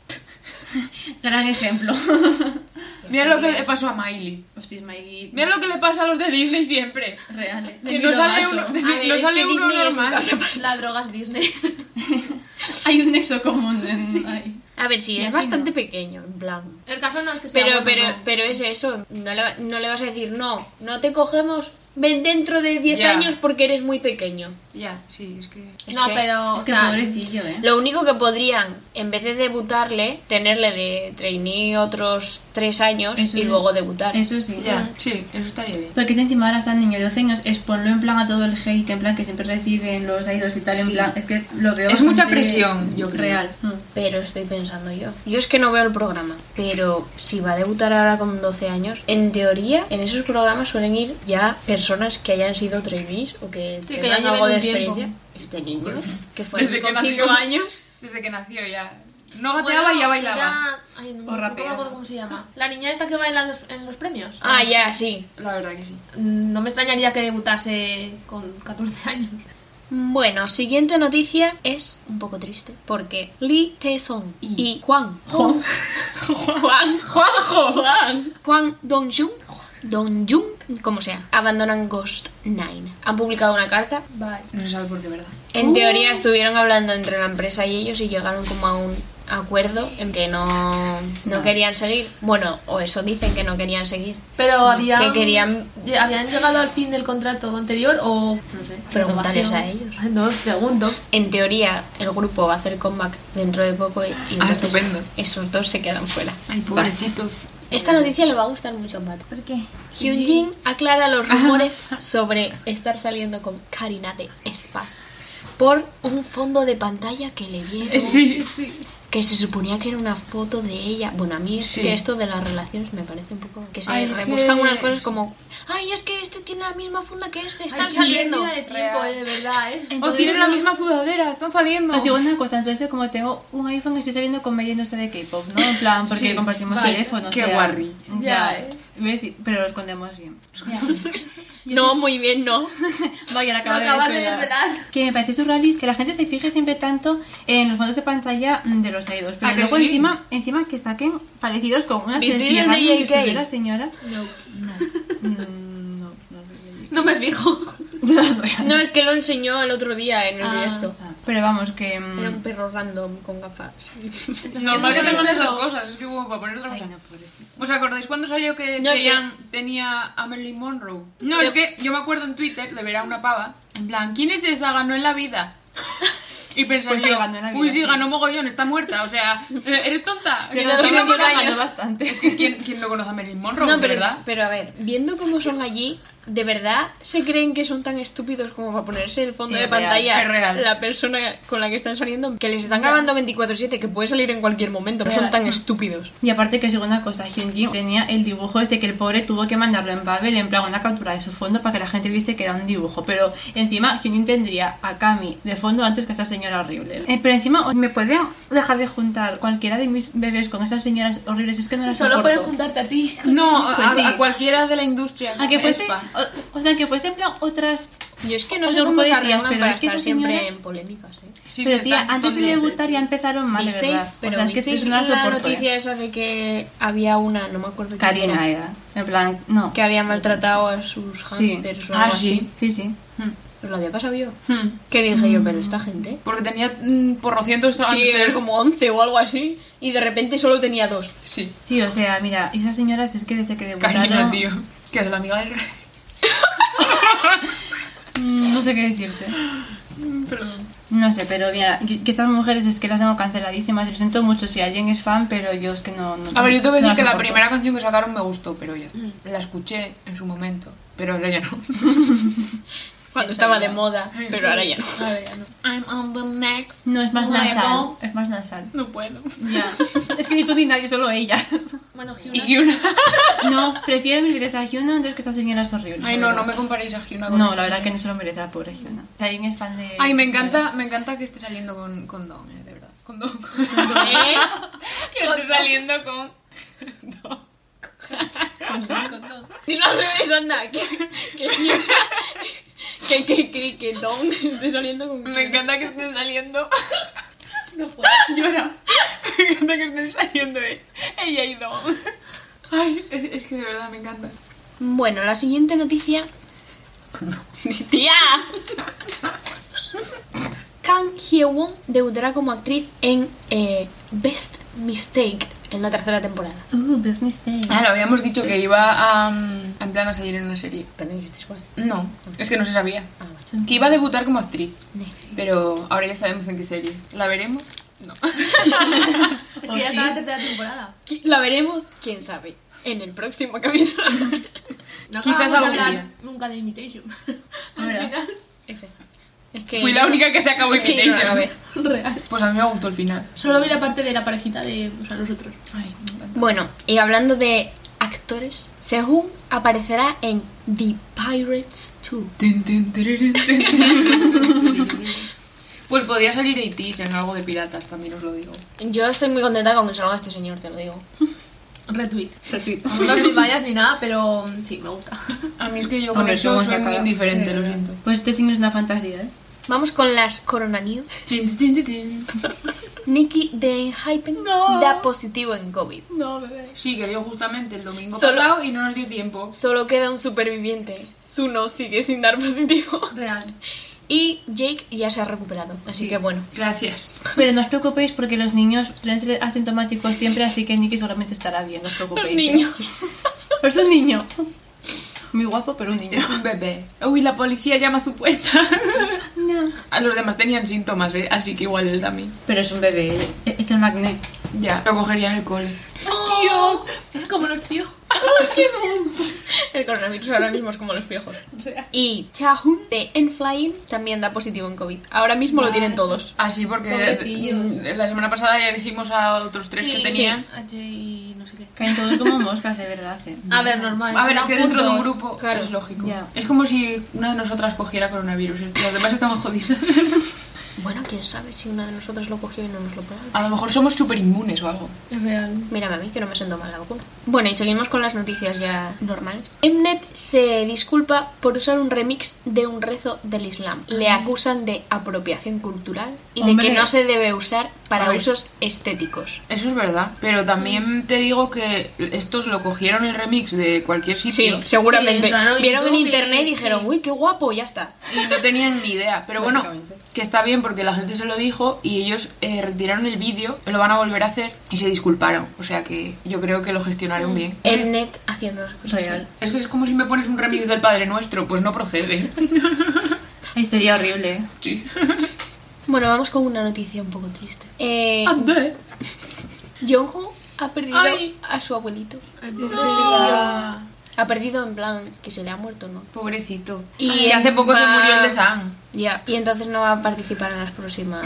Speaker 2: Gran ejemplo. Pues
Speaker 1: Mira lo que le pasó a Miley.
Speaker 2: Hostis, Miley.
Speaker 1: Mira lo que le pasa a los de Disney siempre.
Speaker 2: Real. eh.
Speaker 1: Que
Speaker 2: Del
Speaker 1: no sale
Speaker 2: piromazo.
Speaker 1: uno, sí,
Speaker 3: A ver,
Speaker 1: no
Speaker 3: es
Speaker 1: sale
Speaker 3: que
Speaker 1: uno
Speaker 3: Disney es un
Speaker 1: normal.
Speaker 3: caso
Speaker 4: La droga es Disney.
Speaker 2: Hay un nexo común en... ahí.
Speaker 3: A ver, sí,
Speaker 2: Ya
Speaker 3: es
Speaker 2: tengo.
Speaker 3: bastante pequeño, en plan.
Speaker 4: El caso no es que sea.
Speaker 3: Pero,
Speaker 4: bueno,
Speaker 3: pero,
Speaker 4: no.
Speaker 3: pero es eso, no le, va- no le vas a decir, no, no te cogemos, ven dentro de 10
Speaker 1: Ya.
Speaker 3: años porque eres muy pequeño.
Speaker 1: Ya, sí, es que.
Speaker 3: Es
Speaker 4: no,
Speaker 3: que
Speaker 4: pero.
Speaker 2: Es
Speaker 4: o
Speaker 2: que
Speaker 4: sea,
Speaker 2: pobrecillo, ¿eh?
Speaker 3: Lo único que podrían, en vez de debutarle, tenerle de trainee otros 3 años
Speaker 2: Eso
Speaker 3: y
Speaker 2: sí.
Speaker 3: luego debutar.
Speaker 2: Eso sí.
Speaker 1: Ya, sí, eso estaría bien.
Speaker 2: Porque encima ahora están niños de 12 años, exponlo en plan a todo el hate, en plan que siempre reciben los idols y tal, en
Speaker 1: Sí.
Speaker 2: plan, es que es- lo veo
Speaker 1: Es mucha
Speaker 2: bastante
Speaker 1: presión, yo creo.
Speaker 2: Real. Mm.
Speaker 3: Pero estoy pensando yo. Yo es que no veo el programa. Pero si va a debutar ahora con 12 años, en teoría, en esos programas suelen ir ya personas que hayan sido trainees o que
Speaker 4: Sí, que
Speaker 3: tengan
Speaker 4: ya lleven
Speaker 3: algo de
Speaker 4: un tiempo.
Speaker 3: experiencia. Este niño, que fue
Speaker 1: Pues, Desde
Speaker 3: con
Speaker 1: que
Speaker 3: 5
Speaker 1: nació.
Speaker 3: años.
Speaker 1: Desde que nació ya. No
Speaker 4: Bueno,
Speaker 1: gateaba y ya bailaba.
Speaker 4: era- Ay, no,
Speaker 2: O
Speaker 4: no me
Speaker 2: rapeaba.
Speaker 4: acuerdo cómo se llama. La niña esta que baila en los, en los premios.
Speaker 3: Ah, ya, sí.
Speaker 1: La verdad que sí.
Speaker 4: Mm, No me extrañaría que debutase con 14 años.
Speaker 3: Bueno, siguiente noticia es un poco triste porque Lee Tae-sung y, Juan Juan Juan Juan Juan Juan Dong-jung Dong-jung, como sea, abandonan Ghost 9. Han publicado una carta.
Speaker 4: Vale.
Speaker 1: No se sabe por qué, ¿verdad?
Speaker 3: En teoría estuvieron hablando entre la empresa y ellos y llegaron como a un acuerdo en que no, no querían seguir. Bueno, o eso dicen que no querían seguir.
Speaker 4: Pero habían,
Speaker 3: Que querían-
Speaker 4: lle- habían llegado al fin del contrato anterior o no sé.
Speaker 3: Preguntarles
Speaker 4: renovación.
Speaker 3: a ellos.
Speaker 4: No, segundo.
Speaker 3: En teoría, el grupo va a hacer comeback dentro de poco y entonces
Speaker 1: estupendo.
Speaker 3: esos dos se quedan fuera.
Speaker 1: Ay, pobrecitos.
Speaker 3: Esta noticia le va a gustar mucho a Pat.
Speaker 2: ¿Por qué?
Speaker 3: Hyunjin aclara los rumores sobre estar saliendo con Karina de Spa por un fondo de pantalla que le vieron
Speaker 1: Sí.
Speaker 3: que se suponía que era una foto de ella. Bueno, a mí es
Speaker 1: Sí.
Speaker 3: que esto de las relaciones me parece un poco que se
Speaker 1: Ay, es
Speaker 3: rebuscan
Speaker 1: que-
Speaker 3: unas cosas como ay, es que este tiene la misma funda que este, están
Speaker 4: Ay, sí,
Speaker 3: saliendo.
Speaker 4: pérdida de tiempo, eh, de verdad, eh.
Speaker 1: O Oh, tienen la misma sudadera, están saliendo.
Speaker 2: Os Pues digo una cosa, entonces como tengo un iPhone estoy saliendo con media industria de K-pop, ¿no? En plan, porque
Speaker 1: Sí,
Speaker 2: compartimos
Speaker 3: sí,
Speaker 2: teléfono.
Speaker 1: qué
Speaker 2: o sea,
Speaker 1: guarri.
Speaker 4: Ya, eh.
Speaker 2: ¿Ves? Y- Pero lo escondemos bien.
Speaker 3: No, muy bien, no.
Speaker 2: Vaya, la
Speaker 4: Lo
Speaker 2: acabo
Speaker 4: acabas de
Speaker 2: de desvelar.
Speaker 4: desvelar.
Speaker 2: Que me parece surrealista que la gente se fije siempre tanto en los fondos de pantalla mm, de los idols.
Speaker 1: ¿A
Speaker 2: Pero
Speaker 1: que
Speaker 2: luego
Speaker 1: sí?
Speaker 2: encima, encima que saquen parecidos con una
Speaker 3: ¿Visteis
Speaker 2: selfie
Speaker 3: el
Speaker 2: random
Speaker 3: de
Speaker 2: que
Speaker 3: JK?
Speaker 2: subió la señora. Mm, No, no,
Speaker 4: No me fijo.
Speaker 2: no.
Speaker 3: No, es que lo enseñó el otro día en el directo.
Speaker 2: Pero vamos, que... mm,
Speaker 3: Era un perro random con gafas.
Speaker 1: Normal que tengan esas cosas, es que hubo para poner otra
Speaker 2: ay,
Speaker 1: cosa.
Speaker 2: no, pobrecito.
Speaker 1: ¿Os acordáis cuando salió que,
Speaker 3: No, es que-
Speaker 1: Taeyang tenía a Marilyn Monroe? No, es que yo me acuerdo en Twitter de ver a una pava, en plan, ¿quién es esa? Ganó en la vida. Y pensar
Speaker 2: Pues sí,
Speaker 1: yo,
Speaker 2: ganó en la vida,
Speaker 1: uy, sí,
Speaker 2: sí".
Speaker 1: ganó mogollón, está muerta, o sea, eh, eres tonta.
Speaker 3: Pero
Speaker 1: ¿Quién
Speaker 3: tiene
Speaker 1: no
Speaker 3: diez
Speaker 1: conoce-
Speaker 3: años.
Speaker 2: bastante.
Speaker 1: ¿Quién, quién no conoce a Marilyn Monroe,
Speaker 3: No,
Speaker 1: de
Speaker 3: pero,
Speaker 1: verdad?
Speaker 3: pero a ver, viendo cómo son allí, ¿de verdad se creen que son tan estúpidos como para ponerse el fondo
Speaker 2: Es
Speaker 3: de
Speaker 2: real,
Speaker 3: pantalla
Speaker 1: es real.
Speaker 3: la persona con la que están saliendo? Que les están grabando 24-7, que puede salir en cualquier momento, no son
Speaker 2: Real.
Speaker 3: tan estúpidos.
Speaker 2: Y aparte que segunda cosa, Hyunjin tenía el dibujo este que el pobre tuvo que mandarlo en Babel, en plan una captura de su fondo para que la gente viste que era un dibujo. Pero encima Hyunjin tendría a Kami de fondo antes que a esa señora horrible. Eh, pero encima, ¿me puede dejar de juntar cualquiera de mis bebés con esas señoras horribles? Es que no las
Speaker 4: Solo
Speaker 2: soporto.
Speaker 4: puedes juntarte a ti.
Speaker 1: No, a-
Speaker 2: Pues
Speaker 1: a,
Speaker 2: sí.
Speaker 1: a cualquiera de la industria.
Speaker 2: a que fuese,
Speaker 1: Espa.
Speaker 2: o, o sea, que fuese en plan otras...
Speaker 3: Yo es que no
Speaker 2: O
Speaker 3: sé
Speaker 2: sea,
Speaker 3: cómo
Speaker 2: grupo de
Speaker 3: se
Speaker 2: tías,
Speaker 3: arreglan
Speaker 2: pero
Speaker 3: para
Speaker 2: es que
Speaker 3: estar
Speaker 2: esas
Speaker 3: siempre
Speaker 2: señoras-
Speaker 3: en polémicas, ¿eh?
Speaker 1: Sí,
Speaker 2: pero
Speaker 1: sí,
Speaker 2: tía,
Speaker 1: están eh.
Speaker 2: antes de
Speaker 1: tontos.
Speaker 2: debutar ya empezaron mal, de
Speaker 3: ¿Visteis?
Speaker 2: verdad.
Speaker 3: Pero
Speaker 2: o sea, es que sí,
Speaker 3: ¿visteis
Speaker 2: no las
Speaker 3: la
Speaker 2: soporto, eh.
Speaker 3: noticia esa de que había una, no me acuerdo quién
Speaker 2: Karina
Speaker 3: era,
Speaker 2: era, en plan, no.
Speaker 3: que había maltratado a sus
Speaker 2: Sí.
Speaker 3: hamsters o algo
Speaker 2: Ah,
Speaker 3: así?
Speaker 2: sí, sí, sí.
Speaker 3: ¿Os lo había pasado yo?
Speaker 1: Hmm.
Speaker 3: ¿Qué dije yo? Pero esta gente...
Speaker 1: Porque tenía mm, porrocientos
Speaker 3: Sí,
Speaker 1: antes de
Speaker 3: era como 11 o algo así, y de repente solo tenía dos.
Speaker 1: Sí,
Speaker 2: Sí, o sea, mira, esas señoras es que desde que debutaron...
Speaker 1: Karina, tío. Que es la amiga del rey.
Speaker 2: Mm, No sé qué decirte.
Speaker 1: Mm,
Speaker 2: Mm, No sé, pero mira, yo- que estas mujeres es que las tengo canceladísimas. Lo siento mucho si alguien es fan, pero yo es que no. no-
Speaker 1: A ver, yo tengo que decir
Speaker 2: no las
Speaker 1: que la
Speaker 2: soporto.
Speaker 1: primera canción que sacaron me gustó, pero ya. La escuché en su momento, pero ahora ya no.
Speaker 3: Cuando estaba de moda,
Speaker 1: Sí.
Speaker 3: pero ahora ya no.
Speaker 4: Ahora ya no.
Speaker 3: I'm on the next.
Speaker 2: No, es más
Speaker 4: Bueno.
Speaker 2: nasal. Es más nasal.
Speaker 1: No puedo.
Speaker 2: Ya. es que ni tú ni nadie, solo ellas.
Speaker 4: Bueno, Hyuna.
Speaker 1: Y Hyuna.
Speaker 2: No, prefiero mis vidas a Hyuna antes que esa señora es horrible.
Speaker 1: Ay, no, no me comparéis a Hyuna con
Speaker 2: No,
Speaker 1: esta
Speaker 2: la verdad
Speaker 1: señora.
Speaker 2: que no se lo merece la pobre Hyuna. Si alguien es fan de.
Speaker 1: Ay, me
Speaker 2: esas
Speaker 1: encanta, me encanta que esté saliendo con, con Dawn, eh, de verdad. Con Dawn. que esté saliendo con...
Speaker 3: Y las redes, anda, que que que que que que don esté saliendo con
Speaker 1: Me encanta que estén saliendo...
Speaker 4: No puedo.
Speaker 1: Llora. Me encanta que estén saliendo eh, ella y Dawn. Ay, es, es que de verdad me encanta.
Speaker 3: Bueno, la siguiente noticia. Tía. Kang Hye-won debutará como actriz en eh, Best Mistake en la tercera temporada.
Speaker 2: señoras. Uh, best mistake.
Speaker 1: Ah, lo habíamos dicho que iba a... mm, en plan a salir en una serie.
Speaker 3: Pero no dijisteis cuál.
Speaker 1: No, es que no se sabía.
Speaker 3: Ah, vale.
Speaker 1: Que iba a debutar como actriz.
Speaker 3: Ne.
Speaker 1: Pero ahora ya sabemos en qué serie. ¿La veremos? No.
Speaker 4: Es
Speaker 2: Oh,
Speaker 4: que
Speaker 2: sí.
Speaker 4: ya está la tercera temporada.
Speaker 3: Qui- La veremos, quién sabe, en el próximo capítulo.
Speaker 4: No
Speaker 1: Quizás
Speaker 4: acabamos de
Speaker 1: algún
Speaker 4: hablar
Speaker 1: día.
Speaker 4: Nunca de Imitation.
Speaker 2: Ahora.
Speaker 4: Al final,
Speaker 3: F. Es que
Speaker 1: Fui la única que se acabó
Speaker 3: Es que
Speaker 1: Imitation.
Speaker 3: no la ve.
Speaker 4: real.
Speaker 1: Pues a mí me gustó el final.
Speaker 4: Solo vi la parte de la parejita de o sea, los otros.
Speaker 1: Ay, me encanta.
Speaker 3: Bueno, y hablando de actores, Sehun aparecerá en The Pirates 2.
Speaker 1: Tin, tin, tirirín, tin, tin. Pues podría salir ATs en algo de piratas, también os lo digo.
Speaker 3: Yo estoy muy contenta con que salga este señor, te lo digo.
Speaker 4: Retweet. Retweet. No me vayas ni nada, pero mm, sí, me gusta.
Speaker 1: A mí es que yo con
Speaker 2: Hombre,
Speaker 1: eso
Speaker 2: somos
Speaker 1: soy
Speaker 2: ya
Speaker 1: muy
Speaker 2: cada-
Speaker 1: indiferente, lo siento.
Speaker 2: Pues este signo es una fantasía, ¿eh?
Speaker 3: Vamos con las Corona News.
Speaker 1: Chin, chin, chin, chin.
Speaker 3: Nikki de Hypen
Speaker 2: No.
Speaker 3: da positivo en COVID.
Speaker 2: No, bebé.
Speaker 1: Sí, que dio justamente el domingo
Speaker 3: Solo-
Speaker 1: pasado y no nos dio tiempo.
Speaker 3: Solo queda un superviviente. Suno sigue sin dar positivo.
Speaker 4: Real.
Speaker 3: Y Jake ya se ha recuperado. Así que bueno.
Speaker 1: Gracias.
Speaker 2: Pero no os preocupéis porque los niños suelen ser asintomáticos siempre, así que Nicky seguramente estará bien, no os preocupéis. ¿eh? Es un niño. Muy guapo, pero un niño.
Speaker 1: Es un bebé. Uy, la policía llama a su puerta.
Speaker 2: No.
Speaker 1: A los demás tenían síntomas, ¿eh? Así que igual él también.
Speaker 2: Pero es un bebé. Es es el magnet.
Speaker 1: Ya, lo cogería en el cole.
Speaker 4: ¡Oh! Como los tíos.
Speaker 3: El coronavirus ahora mismo es como los piojos. Y Chahun de Enflying también da positivo en COVID. Ahora mismo lo tienen todos.
Speaker 1: Así porque
Speaker 4: Pobrecillos.
Speaker 1: mm, la semana pasada ya dijimos a otros tres que tenían.
Speaker 4: A Jay, no sé qué.
Speaker 2: Caen todos como moscas, de verdad. eh.
Speaker 4: A ver, normal.
Speaker 1: A ver, es que dentro de un
Speaker 4: juntos.
Speaker 1: grupo
Speaker 3: Claro,
Speaker 1: es lógico.
Speaker 2: ya.
Speaker 1: Es como si una de nosotras cogiera coronavirus. es- Las demás estamos jodidas.
Speaker 3: Bueno, quién sabe si una de nosotras lo cogió y no nos lo pegaron.
Speaker 1: A lo mejor somos súper inmunes o algo.
Speaker 4: Es real.
Speaker 3: Mírame a mí, que no me siento mal la vacuna. Bueno, y seguimos con las noticias ya normales. Mnet se disculpa por usar un remix de un rezo del Islam. Le acusan de apropiación cultural y
Speaker 2: Hombre.
Speaker 3: de que no se debe usar
Speaker 1: A
Speaker 3: para
Speaker 1: ver.
Speaker 3: usos estéticos.
Speaker 1: Eso es verdad. Pero también te digo que estos lo cogieron el remix de cualquier
Speaker 3: Sí,
Speaker 1: sitio.
Speaker 3: seguramente.
Speaker 4: Sí, claro,
Speaker 3: Vieron en
Speaker 4: YouTube y-
Speaker 3: internet y dijeron,
Speaker 4: sí.
Speaker 3: uy, qué guapo, ya está.
Speaker 1: y no tenían ni idea. Pero bueno,
Speaker 2: Básicamente.
Speaker 1: que está bien porque la gente se lo dijo y ellos eh, retiraron el vídeo, lo van a volver a hacer y se disculparon. O sea que yo creo que lo gestionaron bien.
Speaker 3: Mnet haciendo las cosas.
Speaker 2: Real.
Speaker 1: Es que es como si me pones un remix del Padre Nuestro, pues no procede.
Speaker 2: Ay, sería horrible. eh.
Speaker 1: Sí.
Speaker 3: Bueno, vamos con una noticia un poco triste. Eh, Jongho ha perdido
Speaker 1: Ay.
Speaker 3: a su abuelito.
Speaker 4: Ay,
Speaker 3: Ha perdido en plan que se le ha muerto, ¿no?
Speaker 1: Pobrecito.
Speaker 3: Y
Speaker 1: Y hace poco se
Speaker 3: va-
Speaker 1: murió el de Sam.
Speaker 3: Ya. Y entonces no va a participar en las próximas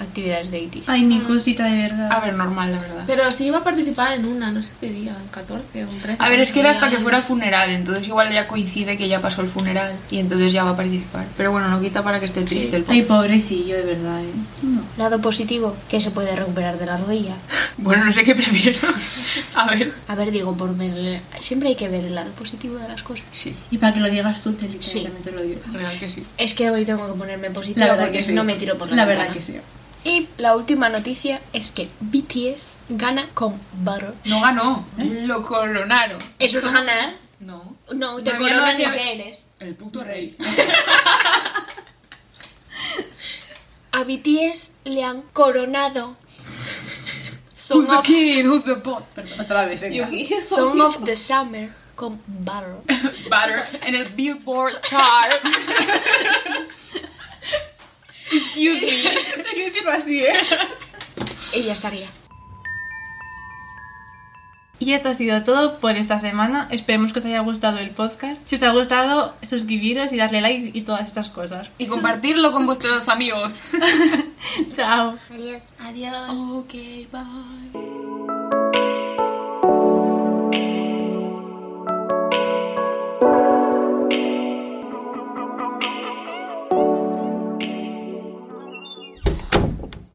Speaker 3: actividades de ITIS.
Speaker 2: Ay, mi cosita, de verdad.
Speaker 1: A ver, normal, la verdad.
Speaker 4: Pero sí iba a participar en una, no sé qué día, un 14 o un 13.
Speaker 1: A ver, es que era hasta que
Speaker 4: Ay.
Speaker 1: fuera el funeral, entonces igual ya coincide que ya pasó el funeral y entonces ya va a participar. Pero bueno, no quita para que esté triste el
Speaker 2: Ay,
Speaker 1: pobre.
Speaker 2: pobrecillo, de verdad. eh. No.
Speaker 3: Lado positivo, que se puede recuperar de la rodilla.
Speaker 1: Bueno, no sé qué prefiero. a ver.
Speaker 3: A ver, digo, por ver... Siempre hay que ver el lado positivo de las cosas.
Speaker 1: Sí,
Speaker 2: Y para que lo digas tú, te
Speaker 3: Sí.
Speaker 2: literalmente lo digo.
Speaker 1: real que sí.
Speaker 3: Es que hoy tengo que ponerme positiva porque si no me tiro por la,
Speaker 2: La verdad
Speaker 3: ventana.
Speaker 2: que sí.
Speaker 3: Y la última noticia es que BTS gana con Butter.
Speaker 1: No ganó, lo coronaron.
Speaker 3: ¿Eso es ganar?
Speaker 1: No.
Speaker 3: No, te
Speaker 1: No había
Speaker 3: coronan y
Speaker 1: nadie-
Speaker 3: qué eres.
Speaker 1: El puto rey.
Speaker 3: A BTS le han coronado.
Speaker 1: Who's
Speaker 3: Song
Speaker 1: the
Speaker 3: of,
Speaker 1: king? Who's the boss?
Speaker 2: Otra vez, venga.
Speaker 3: Song of the Summer con Butter.
Speaker 1: Butter en el Billboard chart. Excuse me.
Speaker 3: Ella estaría.
Speaker 2: Y esto ha sido todo por esta semana. Esperemos que os haya gustado el podcast. Si os ha gustado, suscribiros y darle like y todas estas cosas.
Speaker 1: Y compartirlo con vuestros amigos.
Speaker 2: Chao.
Speaker 3: Adiós.
Speaker 4: Adiós.
Speaker 1: Okay, bye.